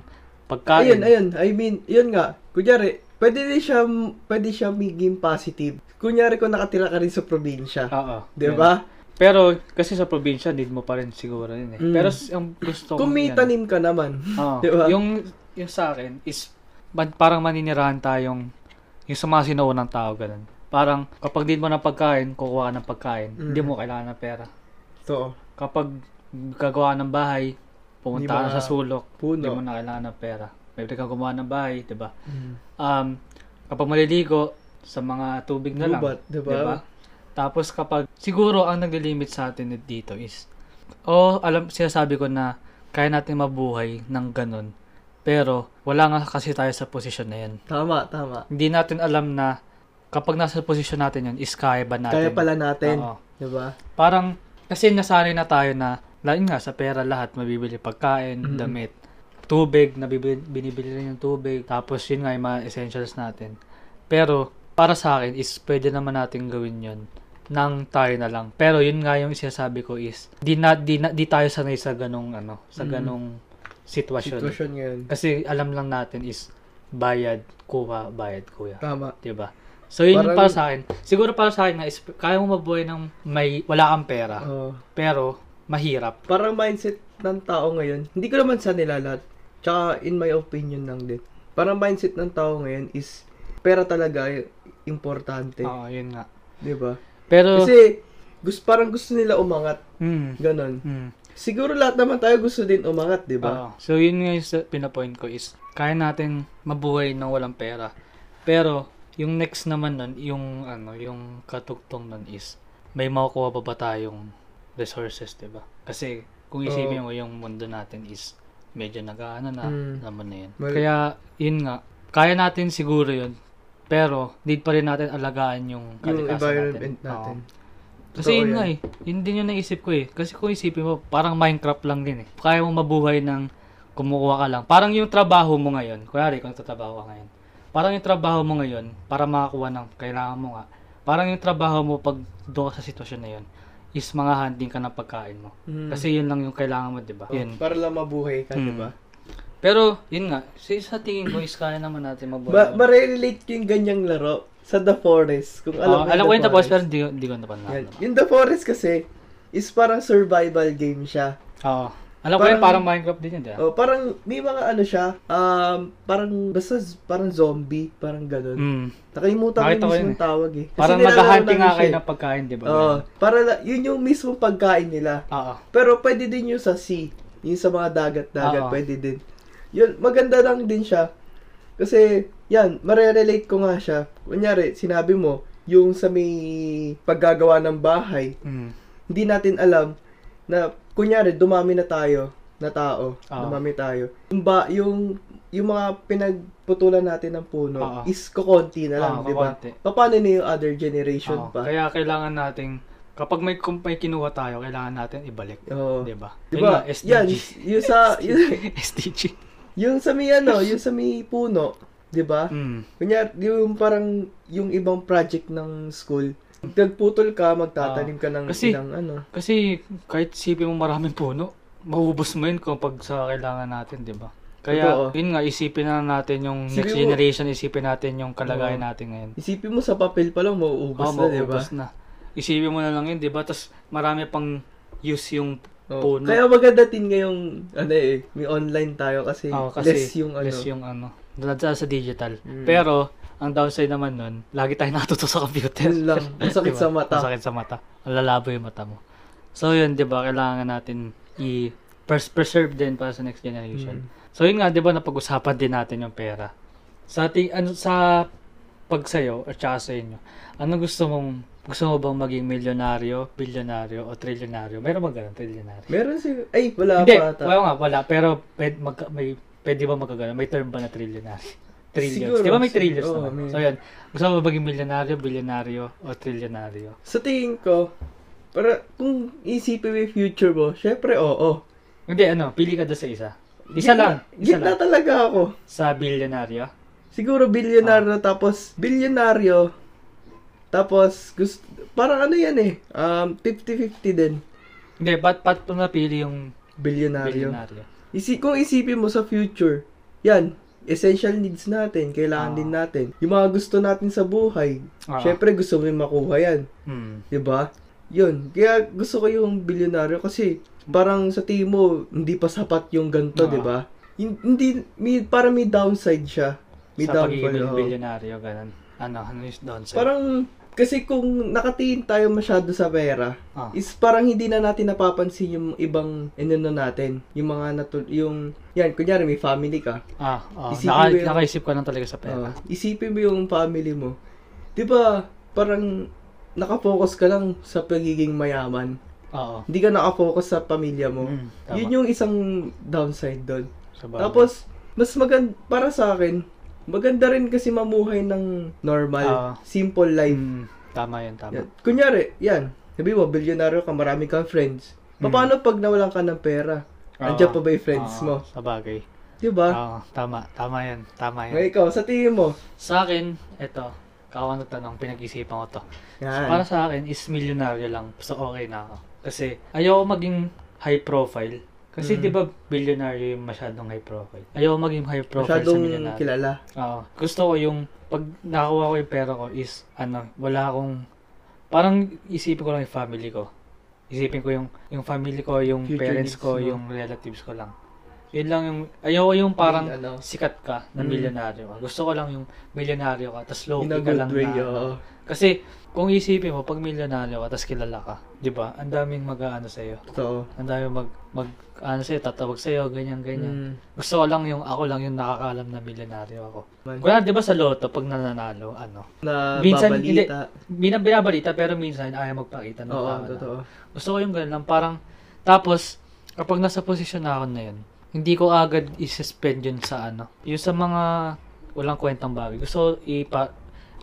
[SPEAKER 1] pagkain.
[SPEAKER 2] Ayun, ayun. I mean, yun nga. Kunyari, Pwede rin siya, pwede siya maging positive. Kunyari kung nakatira ka rin sa probinsya.
[SPEAKER 1] Oo.
[SPEAKER 2] Di
[SPEAKER 1] Ah, yun.
[SPEAKER 2] ba?
[SPEAKER 1] Pero kasi sa probinsya, need mo pa rin siguro yun eh.
[SPEAKER 2] Mm.
[SPEAKER 1] Pero s- ang gusto ko...
[SPEAKER 2] Kung may
[SPEAKER 1] yan-
[SPEAKER 2] tanim ka naman.
[SPEAKER 1] Oo.
[SPEAKER 2] Di ba?
[SPEAKER 1] Yung, yung sa akin is man- parang maninirahan tayong yung sa mga sinuunang tao ganun. Parang kapag di mo ng pagkain, kukuha ka ng pagkain.
[SPEAKER 2] Mm.
[SPEAKER 1] Hindi mo kailangan ng pera.
[SPEAKER 2] So,
[SPEAKER 1] Kapag gagawa ka ng bahay, pumunta
[SPEAKER 2] Hindi
[SPEAKER 1] ka na
[SPEAKER 2] mo
[SPEAKER 1] sa
[SPEAKER 2] na-
[SPEAKER 1] sulok, hindi mo
[SPEAKER 2] puno.
[SPEAKER 1] na kailangan ng pera. Pwede kang gumawa ng bahay, di ba?
[SPEAKER 2] Mm.
[SPEAKER 1] Um, kapag maliligo, sa mga tubig na lang.
[SPEAKER 2] Gubat, di ba?
[SPEAKER 1] Diba? Tapos kapag, siguro ang naglilimit sa atin dito is, o oh, alam, sinasabi ko na kaya natin mabuhay ng ganun. Pero, wala nga kasi tayo sa posisyon na yan.
[SPEAKER 2] Tama, tama.
[SPEAKER 1] Hindi natin alam na kapag nasa posisyon natin yun, is kaya ba natin?
[SPEAKER 2] Kaya pala natin.
[SPEAKER 1] Oo.
[SPEAKER 2] Di ba?
[SPEAKER 1] Parang, kasi nasanay na tayo na, lain nga, sa pera lahat, mabibili pagkain,
[SPEAKER 2] Mhm.
[SPEAKER 1] damit, tubig, nabibili, binibili rin yung tubig, tapos yun nga yung mga essentials natin. Pero, para sa akin, is pwede naman natin gawin yun nang tayo na lang. Pero yun nga yung sinasabi ko is, di, na, di, na, di tayo sanay sa ganong, ano, sa
[SPEAKER 2] Mhm.
[SPEAKER 1] ganong sitwasyon.
[SPEAKER 2] Sitwasyon ngayon.
[SPEAKER 1] Kasi alam lang natin is, bayad, kuha, bayad, kuya.
[SPEAKER 2] Tama.
[SPEAKER 1] Diba? So yun yung
[SPEAKER 2] Parang-
[SPEAKER 1] para sa akin. Siguro para sa akin na is, kaya mo mabuhay ng may wala kang pera
[SPEAKER 2] Oo.
[SPEAKER 1] pero mahirap.
[SPEAKER 2] parang mindset ng tao ngayon, hindi ko naman sa nila lahat. Tsaka in my opinion lang din. Parang mindset ng tao ngayon is pera talaga eh, importante,
[SPEAKER 1] Oo, yun nga.
[SPEAKER 2] 'di ba?
[SPEAKER 1] Pero
[SPEAKER 2] Kasi gusto parang gusto nila umangat,
[SPEAKER 1] mm,
[SPEAKER 2] ganon.
[SPEAKER 1] mm,
[SPEAKER 2] Siguro lahat naman tayo gusto din umangat, 'di ba?
[SPEAKER 1] oo. So yun nga yung sa- pinapoint ko is kaya natin mabuhay ng walang pera. Pero yung next naman nun, yung ano, yung katugtong nun is may makukuha pa ba tayong resources, 'di ba? Kasi kung isipin mo yung mundo natin is medyo nag-aano na
[SPEAKER 2] Mm.
[SPEAKER 1] naman na yun.
[SPEAKER 2] Well-
[SPEAKER 1] Kaya yun nga, kaya natin siguro yun. Pero, need pa rin natin alagaan yung
[SPEAKER 2] Yung
[SPEAKER 1] kalikasan Ah,
[SPEAKER 2] environment
[SPEAKER 1] Oo.
[SPEAKER 2] natin.
[SPEAKER 1] Kasi
[SPEAKER 2] Totoo
[SPEAKER 1] yun
[SPEAKER 2] yan.
[SPEAKER 1] nga eh. Yun din yung naisip ko eh. Kasi kung isipin mo, parang Minecraft lang din eh. Kaya mo mabuhay ng kumukuha ka lang. Parang yung trabaho mo ngayon, kunwari kung tatrabaho ka ngayon, parang yung trabaho mo ngayon para makakuha ng kailangan mo nga. Parang yung trabaho mo pag doon ka sa sitwasyon na yun is mga hunting ka ng pagkain mo.
[SPEAKER 2] Mm.
[SPEAKER 1] Kasi yun lang yung kailangan mo, di ba?
[SPEAKER 2] Oo,
[SPEAKER 1] Yun.
[SPEAKER 2] Oh, para lang mabuhay ka,
[SPEAKER 1] Mm.
[SPEAKER 2] 'di ba?
[SPEAKER 1] Pero, yun nga, sa, sa tingin ko is kaya naman natin
[SPEAKER 2] Ba
[SPEAKER 1] mabuhay.
[SPEAKER 2] marelate ko yung ganyang laro sa The Forest. Kung
[SPEAKER 1] Oo,
[SPEAKER 2] alam, mo
[SPEAKER 1] Ah, alam ko
[SPEAKER 2] The
[SPEAKER 1] yun tapos,
[SPEAKER 2] Forest.
[SPEAKER 1] pero hindi, hindi ko napanood.
[SPEAKER 2] Yan. Yung The Forest kasi is parang survival game siya.
[SPEAKER 1] Oo. Alam ko yun, parang
[SPEAKER 2] Parang-
[SPEAKER 1] Minecraft din yun, di ba?
[SPEAKER 2] Oh, parang may mga ano siya, um, parang basta z- parang zombie, parang ganun.
[SPEAKER 1] Mm.
[SPEAKER 2] Nakalimutan ko
[SPEAKER 1] Nakita
[SPEAKER 2] yung
[SPEAKER 1] ko
[SPEAKER 2] mismong
[SPEAKER 1] yun eh.
[SPEAKER 2] tawag eh. Kasi
[SPEAKER 1] Parang
[SPEAKER 2] nilalaro
[SPEAKER 1] nag-hunting
[SPEAKER 2] namin
[SPEAKER 1] nga kayo
[SPEAKER 2] siya
[SPEAKER 1] ng pagkain, di
[SPEAKER 2] eh.
[SPEAKER 1] ba? Ah,
[SPEAKER 2] Oo, para la- yun yung mismong pagkain nila.
[SPEAKER 1] Oo.
[SPEAKER 2] Pero pwede din yung sa sea, yung sa mga dagat-dagat,
[SPEAKER 1] Oo.
[SPEAKER 2] pwede din. Yun, maganda lang din siya. Kasi, yan, marerelate ko nga siya. Kunyari, sinabi mo, yung sa may paggagawa ng bahay,
[SPEAKER 1] Mm.
[SPEAKER 2] hindi natin alam na kunyari dumami na tayo na tao,
[SPEAKER 1] Oo.
[SPEAKER 2] dumami tayo. Yung ba yung yung mga pinagputulan natin ng puno
[SPEAKER 1] Oo.
[SPEAKER 2] is kokonti na lang,
[SPEAKER 1] Oo,
[SPEAKER 2] 'di
[SPEAKER 1] Ah.
[SPEAKER 2] ba?
[SPEAKER 1] kokonti. Ah,
[SPEAKER 2] Paano na yung other generation
[SPEAKER 1] Oo.
[SPEAKER 2] pa?
[SPEAKER 1] Kaya kailangan nating kapag may kung may kinuha tayo, kailangan natin ibalik.
[SPEAKER 2] Oo.
[SPEAKER 1] 'Di ba?
[SPEAKER 2] Di
[SPEAKER 1] Yun nga,
[SPEAKER 2] ba?
[SPEAKER 1] SDG.
[SPEAKER 2] Yan, yung sa yung,
[SPEAKER 1] SDG.
[SPEAKER 2] yung sa may ano, yung sa may puno, 'di ba?
[SPEAKER 1] Mm.
[SPEAKER 2] Kunyari, yung parang yung ibang project ng school, nagputol ka, magtatanim ka
[SPEAKER 1] Ah.
[SPEAKER 2] ng
[SPEAKER 1] Kasi-
[SPEAKER 2] ng ano.
[SPEAKER 1] Kasi kahit isipin mo maraming puno, maubos mo yun kung pag sa kailangan natin, 'di ba? Kaya
[SPEAKER 2] Totoo.
[SPEAKER 1] yun nga isipin na natin yung
[SPEAKER 2] Isipin
[SPEAKER 1] next
[SPEAKER 2] mo-
[SPEAKER 1] generation, isipin natin yung kalagayan
[SPEAKER 2] Oo.
[SPEAKER 1] natin ngayon.
[SPEAKER 2] Isipin mo sa papel pa lang mauubos
[SPEAKER 1] Oo,
[SPEAKER 2] na, 'di ba?
[SPEAKER 1] maubos na. Isipin mo na lang yun, 'di ba? Tapos marami pang use yung
[SPEAKER 2] Oo.
[SPEAKER 1] puno.
[SPEAKER 2] Oh, Kaya maganda din ngayong, ano eh, may online tayo kasi,
[SPEAKER 1] Oo, kasi
[SPEAKER 2] less yung ano.
[SPEAKER 1] less yung ano. Dala sa digital.
[SPEAKER 2] Mm.
[SPEAKER 1] Pero, ang downside naman nun, lagi tayo natuto sa computer.
[SPEAKER 2] Yun lang, masakit
[SPEAKER 1] Diba?
[SPEAKER 2] sa mata.
[SPEAKER 1] Masakit sa mata. Ang lalabo yung mata mo. So yun, di ba, kailangan natin i pres- preserve din para sa next
[SPEAKER 2] Hmm.
[SPEAKER 1] generation. So yun nga, di ba, napag-usapan din natin yung pera. Sa ating, ano, sa pagsayo at saka sa inyo, ano gusto mong, gusto mo bang maging milyonaryo, bilyonaryo, o trilyonaryo? Meron ba ganun, trilyonaryo?
[SPEAKER 2] Meron si, ay, wala
[SPEAKER 1] Hindi,
[SPEAKER 2] pa ata.
[SPEAKER 1] wala nga, wala. Pero pwede, magka- may, pwede ba magkagano? May term ba na trillionary? Trillions.
[SPEAKER 2] Siguro,
[SPEAKER 1] Di ba may
[SPEAKER 2] siguro,
[SPEAKER 1] trillions
[SPEAKER 2] oo,
[SPEAKER 1] naman?
[SPEAKER 2] may-
[SPEAKER 1] So yan, gusto mo ba maging milyonaryo, bilyonaryo, o trilyonaryo?
[SPEAKER 2] Sa tingin ko, para kung isipin mo yung future mo, syempre oo.
[SPEAKER 1] Hindi, ano, pili ka doon sa isa. Isa
[SPEAKER 2] Gitna-
[SPEAKER 1] lang, isa
[SPEAKER 2] Gitna
[SPEAKER 1] lang.
[SPEAKER 2] talaga ako.
[SPEAKER 1] Sa bilyonaryo.
[SPEAKER 2] Siguro
[SPEAKER 1] Ah.
[SPEAKER 2] bilyonaryo, tapos bilyonaryo, tapos gusto, parang ano yan eh, um, 50-50 din,
[SPEAKER 1] Hindi, ba't ba't mo napili yung
[SPEAKER 2] bilyonaryo.
[SPEAKER 1] bilyonaryo?
[SPEAKER 2] Isi, kung isipin mo sa future, yan, essential needs natin, kailangan
[SPEAKER 1] Ah.
[SPEAKER 2] din natin. Yung mga gusto natin sa buhay,
[SPEAKER 1] Ah.
[SPEAKER 2] syempre gusto mo yung makuha yan.
[SPEAKER 1] Mm.
[SPEAKER 2] 'di ba? 'Yun. Kaya gusto ko yung bilyonaryo kasi parang sa tingin mo hindi pa sapat yung
[SPEAKER 1] Ah.
[SPEAKER 2] ganito, 'di ba? Hin- Hindi may para may downside siya. May
[SPEAKER 1] Sa pagiging
[SPEAKER 2] oo.
[SPEAKER 1] bilyonaryo, ganun. Ano, ano yung downside?
[SPEAKER 2] Parang kasi kung nakatingin tayo masyado sa pera,
[SPEAKER 1] Ah.
[SPEAKER 2] is parang hindi na natin napapansin yung ibang inano natin, yung mga natul yung yan kunyari may family ka.
[SPEAKER 1] ah, oh,
[SPEAKER 2] isipin
[SPEAKER 1] naka,
[SPEAKER 2] mo yun.
[SPEAKER 1] nakaisip ka lang talaga sa pera.
[SPEAKER 2] Oo. isipin mo yung family mo. 'Di ba? Parang nakafocus ka lang sa pagiging mayaman.
[SPEAKER 1] Oo.
[SPEAKER 2] Hindi ka nakafocus sa pamilya mo.
[SPEAKER 1] Mm, tama.
[SPEAKER 2] Yun yung isang downside doon.
[SPEAKER 1] Sa bagay.
[SPEAKER 2] Tapos, mas maganda, para sa akin, maganda rin kasi mamuhay
[SPEAKER 1] Ah.
[SPEAKER 2] ng normal, simple life.
[SPEAKER 1] Mm, tama yun, tama.
[SPEAKER 2] Yan. Kunyari, yan, sabi mo, bilyonaryo ka, marami kang friends.
[SPEAKER 1] Mm.
[SPEAKER 2] Paano pag nawalan ka ng pera?
[SPEAKER 1] Oo.
[SPEAKER 2] Andiyan pa ba yung friends
[SPEAKER 1] Oo,
[SPEAKER 2] mo? Ah.
[SPEAKER 1] Sa bagay.
[SPEAKER 2] Di ba?
[SPEAKER 1] Oo, tama. Tama yan. Tama yan.
[SPEAKER 2] Ngayon ikaw, sa tingin mo.
[SPEAKER 1] Sa akin, eto, kawan na tanong, pinag-isipan ko to. So,
[SPEAKER 2] Yan.
[SPEAKER 1] para sa akin, is milyonaryo lang. So, okay na ako. Kasi, ayoko maging high profile. Kasi,
[SPEAKER 2] Mm.
[SPEAKER 1] di ba, bilyonaryo yung masyadong high profile. Ayoko maging high profile
[SPEAKER 2] Masyadong
[SPEAKER 1] sa milyonaryo.
[SPEAKER 2] kilala.
[SPEAKER 1] Oo. Ah, gusto ko yung, pag nakakuha ko yung pera ko is, ano, wala akong, parang isipin ko lang yung family ko. Isipin ko yung, yung family ko, yung
[SPEAKER 2] Future
[SPEAKER 1] parents
[SPEAKER 2] needs
[SPEAKER 1] ko,
[SPEAKER 2] mo.
[SPEAKER 1] yung relatives ko lang. Yun lang yung, ayoko yung parang
[SPEAKER 2] Yung ano.
[SPEAKER 1] sikat ka na
[SPEAKER 2] Mm.
[SPEAKER 1] milyonaryo ka. Gusto ko lang yung milyonaryo ka, tas low
[SPEAKER 2] In a
[SPEAKER 1] ka
[SPEAKER 2] good
[SPEAKER 1] lang
[SPEAKER 2] way,
[SPEAKER 1] na,
[SPEAKER 2] oo.
[SPEAKER 1] kasi kung isipin mo, pag milyonaryo ka, tapos kilala ka, di ba? Ang daming mag-ano sa'yo.
[SPEAKER 2] Totoo.
[SPEAKER 1] Ang daming mag, mag, ano sa'yo, tatawag sa'yo, ganyan, ganyan.
[SPEAKER 2] Mm.
[SPEAKER 1] Gusto ko lang yung, ako lang yung nakakaalam na milyonaryo ako.
[SPEAKER 2] Man.
[SPEAKER 1] Kaya, di ba sa loto, pag nananalo, ano?
[SPEAKER 2] Na
[SPEAKER 1] Minsan, hindi. Ano
[SPEAKER 2] babalita.
[SPEAKER 1] Bina, binabalita, pero minsan ayaw magpakita ng
[SPEAKER 2] Oo,
[SPEAKER 1] pangalan.
[SPEAKER 2] totoo.
[SPEAKER 1] Gusto ko yung ganun lang, parang, tapos, kapag nasa posisyon na ako na yun, hindi ko agad isuspend yun sa ano. Yung sa mga walang kwentang bagay. Gusto ko ipa,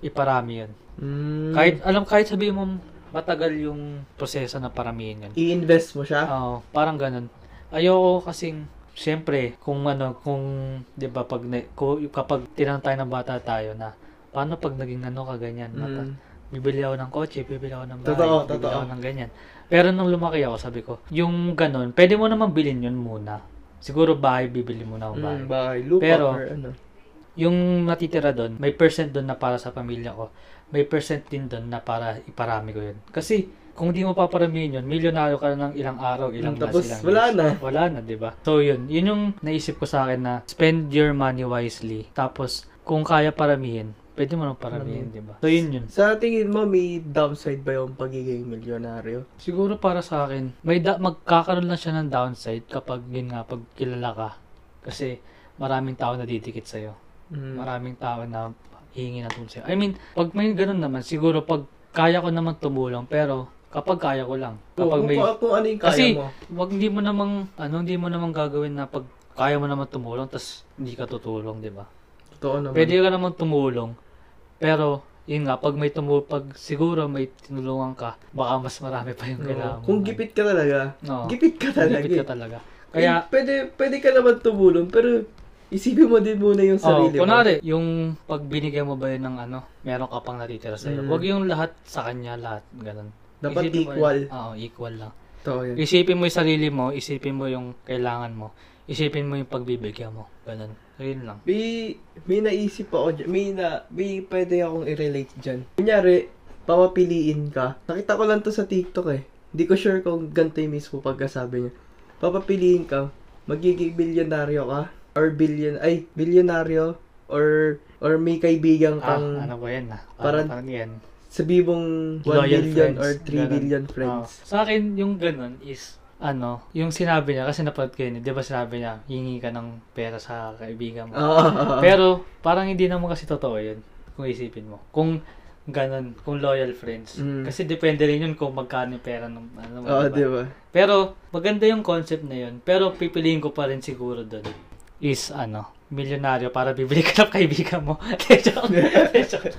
[SPEAKER 1] iparami yun.
[SPEAKER 2] Mm.
[SPEAKER 1] Kahit, alam, kahit sabihin mo, matagal yung proseso na paramihin yun.
[SPEAKER 2] I-invest mo siya.
[SPEAKER 1] Oo, parang ganun. Ayoko kasing, syempre, kung ano, kung, di ba, pag, na- ko- kapag tinanong tayo ng bata tayo na, paano pag naging ano ka ganyan, bata,
[SPEAKER 2] Mm.
[SPEAKER 1] bibili ako ng kotse, bibili ako ng bahay,
[SPEAKER 2] Totoo,
[SPEAKER 1] bibili
[SPEAKER 2] totoo.
[SPEAKER 1] ako ng ganyan. Pero nung lumaki ako, sabi ko, yung ganun, pwede mo naman bilhin yun muna. Siguro bahay, bibili mo na ako bahay.
[SPEAKER 2] Mm, bahay. Lupa
[SPEAKER 1] Pero,
[SPEAKER 2] or ano.
[SPEAKER 1] Yung natitira doon, may percent doon na para sa pamilya ko. May percent din doon na para iparami ko yun. Kasi kung di mo paparamihin yun, milyonaryo ka na ng ilang araw, ilang
[SPEAKER 2] Mm,
[SPEAKER 1] buwan,
[SPEAKER 2] tapos
[SPEAKER 1] ilang
[SPEAKER 2] wala
[SPEAKER 1] years.
[SPEAKER 2] na.
[SPEAKER 1] Wala na, di ba? So yun, yun yung naisip ko sa akin na spend your money wisely. Tapos kung kaya paramihin, pwede mo nang paramihin,
[SPEAKER 2] Hmm.
[SPEAKER 1] di ba? So yun yun.
[SPEAKER 2] Sa tingin mo, may downside ba yung pagiging milyonaryo?
[SPEAKER 1] Siguro para sa akin, may da- magkakaroon lang siya ng downside kapag yun nga, pag kilala ka. Kasi maraming tao na didikit sa'yo.
[SPEAKER 2] Mm.
[SPEAKER 1] maraming tao na hihingi na tulong sa'yo. I mean, pag may ganun naman, siguro pag kaya ko naman tumulong, pero kapag kaya ko lang. Kapag
[SPEAKER 2] kung,
[SPEAKER 1] may...
[SPEAKER 2] kung, kung ano yung kaya
[SPEAKER 1] Kasi,
[SPEAKER 2] mo.
[SPEAKER 1] wag hindi mo namang, ano, hindi mo namang gagawin na pag kaya mo naman tumulong, tas hindi ka tutulong, di ba?
[SPEAKER 2] Totoo naman.
[SPEAKER 1] Pwede ka naman tumulong, pero, yun nga, pag may tumulong, pag siguro may tinulungan ka, baka mas marami pa yung
[SPEAKER 2] Oo.
[SPEAKER 1] kailangan mo.
[SPEAKER 2] Kung gipit ka talaga,
[SPEAKER 1] Oo.
[SPEAKER 2] gipit ka talaga.
[SPEAKER 1] Gipit ka talaga. Kaya,
[SPEAKER 2] Eh, pwede, pwede ka naman tumulong, pero isipin mo din muna yung
[SPEAKER 1] Oh,
[SPEAKER 2] sarili mo.
[SPEAKER 1] kunwari, yung pag binigyan mo ba yun ng ano, meron ka pang natitira sa'yo.
[SPEAKER 2] Mm.
[SPEAKER 1] Huwag yung lahat sa kanya, lahat, ganun. Isipin mo
[SPEAKER 2] Dapat
[SPEAKER 1] yun.
[SPEAKER 2] equal.
[SPEAKER 1] Oo, equal lang.
[SPEAKER 2] Totoo yan.
[SPEAKER 1] Isipin mo yung sarili mo, isipin mo yung kailangan mo, isipin mo yung pagbibigyan mo, ganun. So, yun lang.
[SPEAKER 2] May, may naisip ako dyan. May, na, may pwede akong i-relate dyan. Kunyari, papapiliin ka. Nakita ko lang to sa TikTok eh. Hindi ko sure kung ganito yung mismo pagkasabi niya. Papapiliin ka, magiging bilyonaryo ka, or billion, ay, bilyonaryo, or, or may kaibigan
[SPEAKER 1] Ah,
[SPEAKER 2] kang,
[SPEAKER 1] ano ba yan ah? Parang,
[SPEAKER 2] parang-
[SPEAKER 1] parang yan.
[SPEAKER 2] sabi mong 1
[SPEAKER 1] Loyal
[SPEAKER 2] billion
[SPEAKER 1] friends,
[SPEAKER 2] or 3
[SPEAKER 1] ganun.
[SPEAKER 2] billion
[SPEAKER 1] Oo.
[SPEAKER 2] friends.
[SPEAKER 1] Sa akin, yung ganun is, ano, yung sinabi niya, kasi napanood ko yun, eh, di ba sinabi niya, hingi ka ng pera sa kaibigan mo.
[SPEAKER 2] Oo, oo, oo.
[SPEAKER 1] Pero, parang hindi naman kasi totoo yun, kung isipin mo. Kung ganun, kung loyal friends.
[SPEAKER 2] Mm.
[SPEAKER 1] Kasi depende rin yun kung magkano yung pera ng ano. mo,
[SPEAKER 2] Oo,
[SPEAKER 1] diba?
[SPEAKER 2] di ba?
[SPEAKER 1] Pero, maganda yung concept na yun. Pero, pipiliin ko pa rin siguro doon is, ano, milyonaryo para bibili ka ng kaibigan mo. De, joke. De, joke.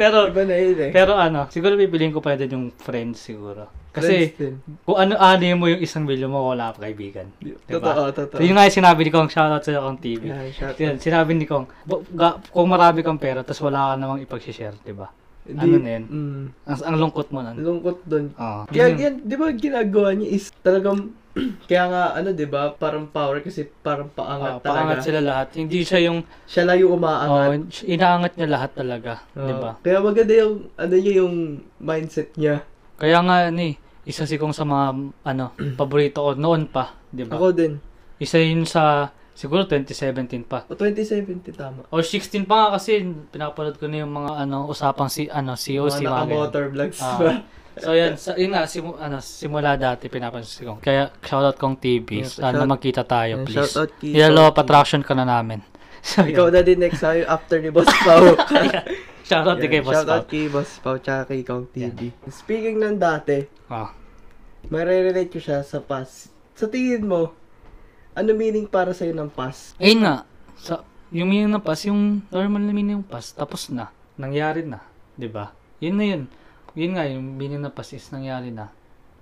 [SPEAKER 1] pero,
[SPEAKER 2] Iba na yun eh.
[SPEAKER 1] pero ano, siguro pipiliin ko pa rin yung friends siguro. Kasi,
[SPEAKER 2] Friends din.
[SPEAKER 1] kung ano-ano mo yung isang milyon mo, wala ka kaibigan.
[SPEAKER 2] Totoo, totoo.
[SPEAKER 1] So, yun nga Diba? yung sinabi ni Kong, shoutout sa'yo Kong TV.
[SPEAKER 2] Yeah, shout out.
[SPEAKER 1] Yun, sinabi ni Kong, "Bu- ga- kung marami kang pera, tapos wala ka namang ipag-share, di ba? Ano na yun? Ano? Ah,
[SPEAKER 2] Mm,
[SPEAKER 1] Ang, ang lungkot mo nun. Oh.
[SPEAKER 2] lungkot doon.
[SPEAKER 1] Oo.
[SPEAKER 2] Kaya yan, di ba ginagawa niya is talagang, kaya nga ano di ba, parang power kasi parang
[SPEAKER 1] Ah,
[SPEAKER 2] paangat talaga.
[SPEAKER 1] paangat sila lahat. Hindi siya yung
[SPEAKER 2] Siya lang
[SPEAKER 1] oh,
[SPEAKER 2] yung umaangat.
[SPEAKER 1] inaangat niya lahat talaga,
[SPEAKER 2] Oo.
[SPEAKER 1] 'di ba?
[SPEAKER 2] Kaya maganda yung, ano niya yung mindset niya.
[SPEAKER 1] Kaya nga ni isa si kong sa mga ano paborito ko noon pa, 'di ba?
[SPEAKER 2] Ako din.
[SPEAKER 1] Isa yun sa siguro 2017 pa.
[SPEAKER 2] O 2070 tama.
[SPEAKER 1] O 16 pa nga kasi pinapanood ko na yung mga ano usapang si ano COC mga
[SPEAKER 2] Mga
[SPEAKER 1] ganun.
[SPEAKER 2] naka-motor vlogs.
[SPEAKER 1] Ah. so yan, sa, yun nga, simu, ano, simula dati pinapanood si Kong. Kaya shoutout Kong TV,
[SPEAKER 2] Yeah,
[SPEAKER 1] sana
[SPEAKER 2] shout-
[SPEAKER 1] magkita tayo
[SPEAKER 2] Yeah,
[SPEAKER 1] please.
[SPEAKER 2] shoutout kay
[SPEAKER 1] Yan, law
[SPEAKER 2] Kong
[SPEAKER 1] of attraction ka na namin. So, yun.
[SPEAKER 2] Ikaw na din next sa'yo after ni Boss Pao.
[SPEAKER 1] Shoutout din kay Boss
[SPEAKER 2] Shout
[SPEAKER 1] Pao.
[SPEAKER 2] out kay Boss Pao tsaka kay Kong TV. Speaking ng dati,
[SPEAKER 1] Ah.
[SPEAKER 2] marirelate ko siya sa past. Sa tingin mo, ano meaning para sa'yo ng past?
[SPEAKER 1] Ayun nga, sa, yung meaning ng pass, yung normal na meaning ng pass, tapos na, nangyari na, di ba? Yun na yun. Yun nga, yung meaning ng pass is nangyari na.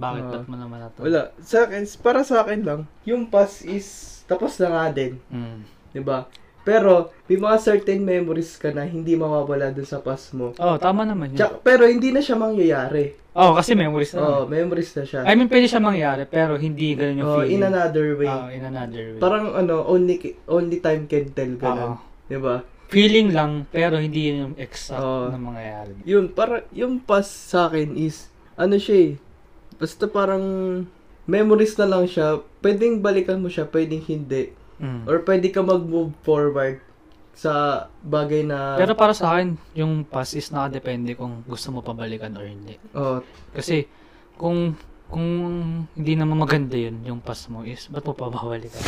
[SPEAKER 1] Bakit,
[SPEAKER 2] Oo.
[SPEAKER 1] ba't mo naman nato?
[SPEAKER 2] Ah. Wala. Sa akin, para sa akin lang, yung past is tapos na nga din.
[SPEAKER 1] Mm.
[SPEAKER 2] 'di ba? Pero, may mga certain memories ka na hindi mawawala dun sa past mo.
[SPEAKER 1] Oh, tama naman yun.
[SPEAKER 2] Tsaka, pero hindi na siya mangyayari.
[SPEAKER 1] Oh, kasi memories na.
[SPEAKER 2] Oo, memories na siya.
[SPEAKER 1] I mean, pwede siya mangyari, pero hindi ganun yung
[SPEAKER 2] Oo,
[SPEAKER 1] feeling.
[SPEAKER 2] Oh,
[SPEAKER 1] Ah,
[SPEAKER 2] in another way.
[SPEAKER 1] Oo, in another way.
[SPEAKER 2] Parang ano, only only time can tell ganun.
[SPEAKER 1] Oo.
[SPEAKER 2] 'Di ba?
[SPEAKER 1] feeling lang, pero hindi yun yung exact
[SPEAKER 2] Oo.
[SPEAKER 1] na mangyayari.
[SPEAKER 2] Yun, para yung past sa akin is ano siya eh. Basta parang memories na lang siya. Pwedeng balikan mo siya, pwedeng hindi.
[SPEAKER 1] Mm.
[SPEAKER 2] Or pwede ka mag-move forward sa bagay na
[SPEAKER 1] Pero para sa akin, yung pass is nakadepende kung gusto mo pabalikan or hindi.
[SPEAKER 2] oh,
[SPEAKER 1] Kasi kung kung hindi naman maganda yun yung pass mo is ba't mo pababalikan?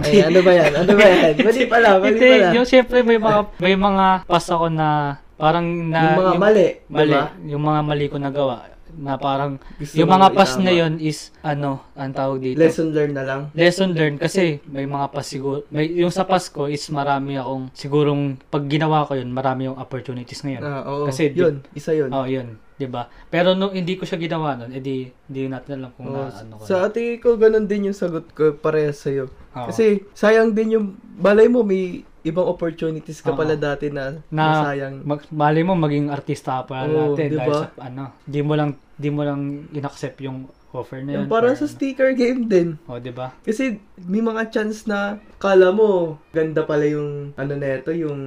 [SPEAKER 2] ay, ano ba yan? Ano ba yan? Mali pala, mali
[SPEAKER 1] Hindi,
[SPEAKER 2] pala.
[SPEAKER 1] yung syempre may mga may mga pass ako na parang na
[SPEAKER 2] yung mga mali,
[SPEAKER 1] mali,
[SPEAKER 2] diba?
[SPEAKER 1] yung mga mali ko nagawa na parang
[SPEAKER 2] Gusto
[SPEAKER 1] yung
[SPEAKER 2] mo
[SPEAKER 1] mga
[SPEAKER 2] itama.
[SPEAKER 1] pass na yun is ano, ang tawag dito.
[SPEAKER 2] Lesson learned na lang.
[SPEAKER 1] Lesson learned kasi may mga pass siguro, may, yung sa pass ko is marami akong sigurong pag ginawa ko yun, marami yung opportunities ngayon.
[SPEAKER 2] Ah, oo.
[SPEAKER 1] Kasi di-
[SPEAKER 2] yun, isa yun.
[SPEAKER 1] Oh, yun, 'di ba? Pero nung hindi ko siya ginawa noon, edi hindi natin alam kung
[SPEAKER 2] Oo,
[SPEAKER 1] na ano ko.
[SPEAKER 2] Oh, sa ati ko, ganun din yung sagot ko, parehas sa'yo.
[SPEAKER 1] Oo.
[SPEAKER 2] Kasi sayang din yung, balay mo, may ibang opportunities ka
[SPEAKER 1] Oo.
[SPEAKER 2] pala dati na, na
[SPEAKER 1] na
[SPEAKER 2] sayang.
[SPEAKER 1] mag, mali mo maging artista pa natin
[SPEAKER 2] Oo, Oh, di
[SPEAKER 1] dahil
[SPEAKER 2] ba?
[SPEAKER 1] sa ano, di mo lang di mo lang inaccept yung offer na yun.
[SPEAKER 2] Yung
[SPEAKER 1] or
[SPEAKER 2] parang sa
[SPEAKER 1] ano.
[SPEAKER 2] sticker game din.
[SPEAKER 1] Oh, 'di ba?
[SPEAKER 2] Kasi may mga chance na kala mo ganda pala yung ano na ito, yung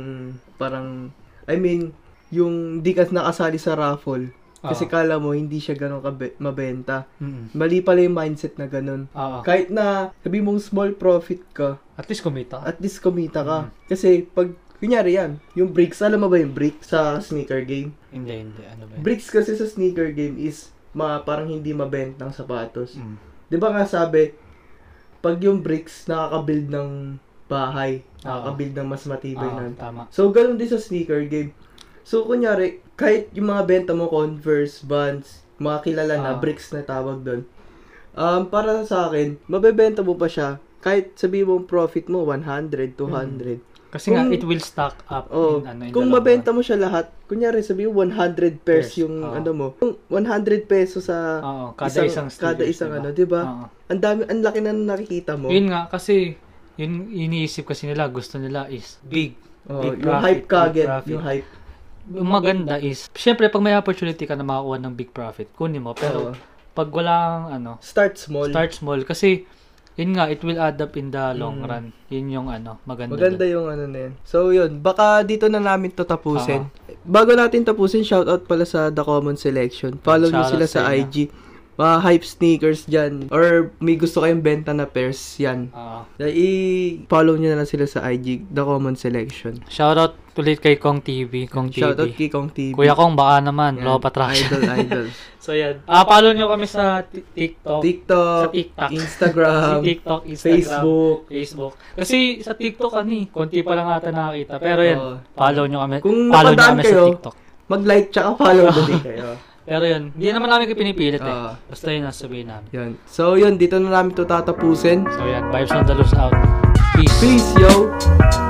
[SPEAKER 2] parang, I mean, yung di ka nakasali sa raffle. Kasi
[SPEAKER 1] Oo.
[SPEAKER 2] kala mo hindi siya ganun kabe- mabenta.
[SPEAKER 1] Mm.
[SPEAKER 2] Mali pala yung mindset na ganun.
[SPEAKER 1] Oo.
[SPEAKER 2] Kahit na sabi mong small profit ka,
[SPEAKER 1] At least kumita.
[SPEAKER 2] at least kumita ka. Kasi pag, kunyari yan, yung bricks, alam mo ba yung bricks sa sneaker game?
[SPEAKER 1] hindi, hindi ano ba? Yun?
[SPEAKER 2] Bricks kasi sa sneaker game is ma, parang hindi mabentang sapatos.
[SPEAKER 1] Mm.
[SPEAKER 2] Di ba nga sabi, pag yung bricks nakaka-build ng bahay,
[SPEAKER 1] Oo.
[SPEAKER 2] nakaka-build ng mas matibay
[SPEAKER 1] Oo,
[SPEAKER 2] na.
[SPEAKER 1] Ah, tama.
[SPEAKER 2] So, ganun din sa sneaker game. So, kunyari, kahit yung mga benta mo, Converse, Vans, mga kilala na,
[SPEAKER 1] Ah.
[SPEAKER 2] bricks na tawag doon. Um, para sa akin, mabebenta mo pa siya kahit sabi mo ang profit mo, 100, 200.
[SPEAKER 1] Kasi nga
[SPEAKER 2] Kung-
[SPEAKER 1] it will stack up
[SPEAKER 2] Oh,
[SPEAKER 1] in Hmm. ano in
[SPEAKER 2] kung
[SPEAKER 1] the long
[SPEAKER 2] mabenta mo siya lahat, kunyari sabi mo 100 pairs
[SPEAKER 1] Pairs,
[SPEAKER 2] yung
[SPEAKER 1] oo.
[SPEAKER 2] ano mo, kung 100 peso sa
[SPEAKER 1] run. Oo, kada isang,
[SPEAKER 2] kada
[SPEAKER 1] studios,
[SPEAKER 2] isang
[SPEAKER 1] diba?
[SPEAKER 2] ano, 'di ba?
[SPEAKER 1] Oo.
[SPEAKER 2] Ang dami, ang laki na nakikita mo.
[SPEAKER 1] Yun nga kasi yun iniisip kasi nila gusto nila is big.
[SPEAKER 2] Oh,
[SPEAKER 1] big
[SPEAKER 2] yung
[SPEAKER 1] profit,
[SPEAKER 2] hype ka
[SPEAKER 1] big
[SPEAKER 2] agad,
[SPEAKER 1] profit.
[SPEAKER 2] yung hype.
[SPEAKER 1] Yung maganda is, syempre pag may opportunity ka na makakuha ng big profit, kunin mo. Pero
[SPEAKER 2] Oo.
[SPEAKER 1] pag wala kang ano,
[SPEAKER 2] Start small.
[SPEAKER 1] start small kasi yun nga, it will add up in the long
[SPEAKER 2] Mm.
[SPEAKER 1] run. Yun yung ano, maganda.
[SPEAKER 2] Maganda
[SPEAKER 1] dun.
[SPEAKER 2] yung ano na yun. So yun, baka dito na namin to tapusin. Bago natin tapusin, shoutout pala sa The Common Selection. Follow nyo
[SPEAKER 1] Shoutout
[SPEAKER 2] sila
[SPEAKER 1] sa
[SPEAKER 2] sa
[SPEAKER 1] inyo.
[SPEAKER 2] IG. Mga hype sneakers dyan. Or may gusto kayong benta na pairs yan.
[SPEAKER 1] Oo.
[SPEAKER 2] I-follow nyo na lang sila sa IG, The Common Selection.
[SPEAKER 1] shoutout ulit kay Kong TV, Kong TV.
[SPEAKER 2] Shoutout kay Kong TV.
[SPEAKER 1] Kuya Kong, baka naman,
[SPEAKER 2] Yan.
[SPEAKER 1] law of attraction.
[SPEAKER 2] Idol, idol.
[SPEAKER 1] so yan. Ah, follow nyo kami sa ti- TikTok.
[SPEAKER 2] TikTok,
[SPEAKER 1] Oh, Sa TikTok.
[SPEAKER 2] Instagram,
[SPEAKER 1] Sa TikTok, Instagram.
[SPEAKER 2] Facebook.
[SPEAKER 1] Facebook. Kasi sa TikTok ani, konti pa lang ata nakakita. Pero yan,
[SPEAKER 2] Oo.
[SPEAKER 1] follow nyo kami.
[SPEAKER 2] Kung
[SPEAKER 1] follow nyo
[SPEAKER 2] napadaan
[SPEAKER 1] kami
[SPEAKER 2] kayo,
[SPEAKER 1] sa TikTok.
[SPEAKER 2] Mag-like tsaka follow din kayo.
[SPEAKER 1] Pero yun, hindi naman namin kayo pinipilit eh.
[SPEAKER 2] Oo.
[SPEAKER 1] Basta yun ang sabihin namin.
[SPEAKER 2] Yan. So yun, dito na namin to tatapusin.
[SPEAKER 1] So yan, Vibes on the Loose out. Peace.
[SPEAKER 2] Peace, yo!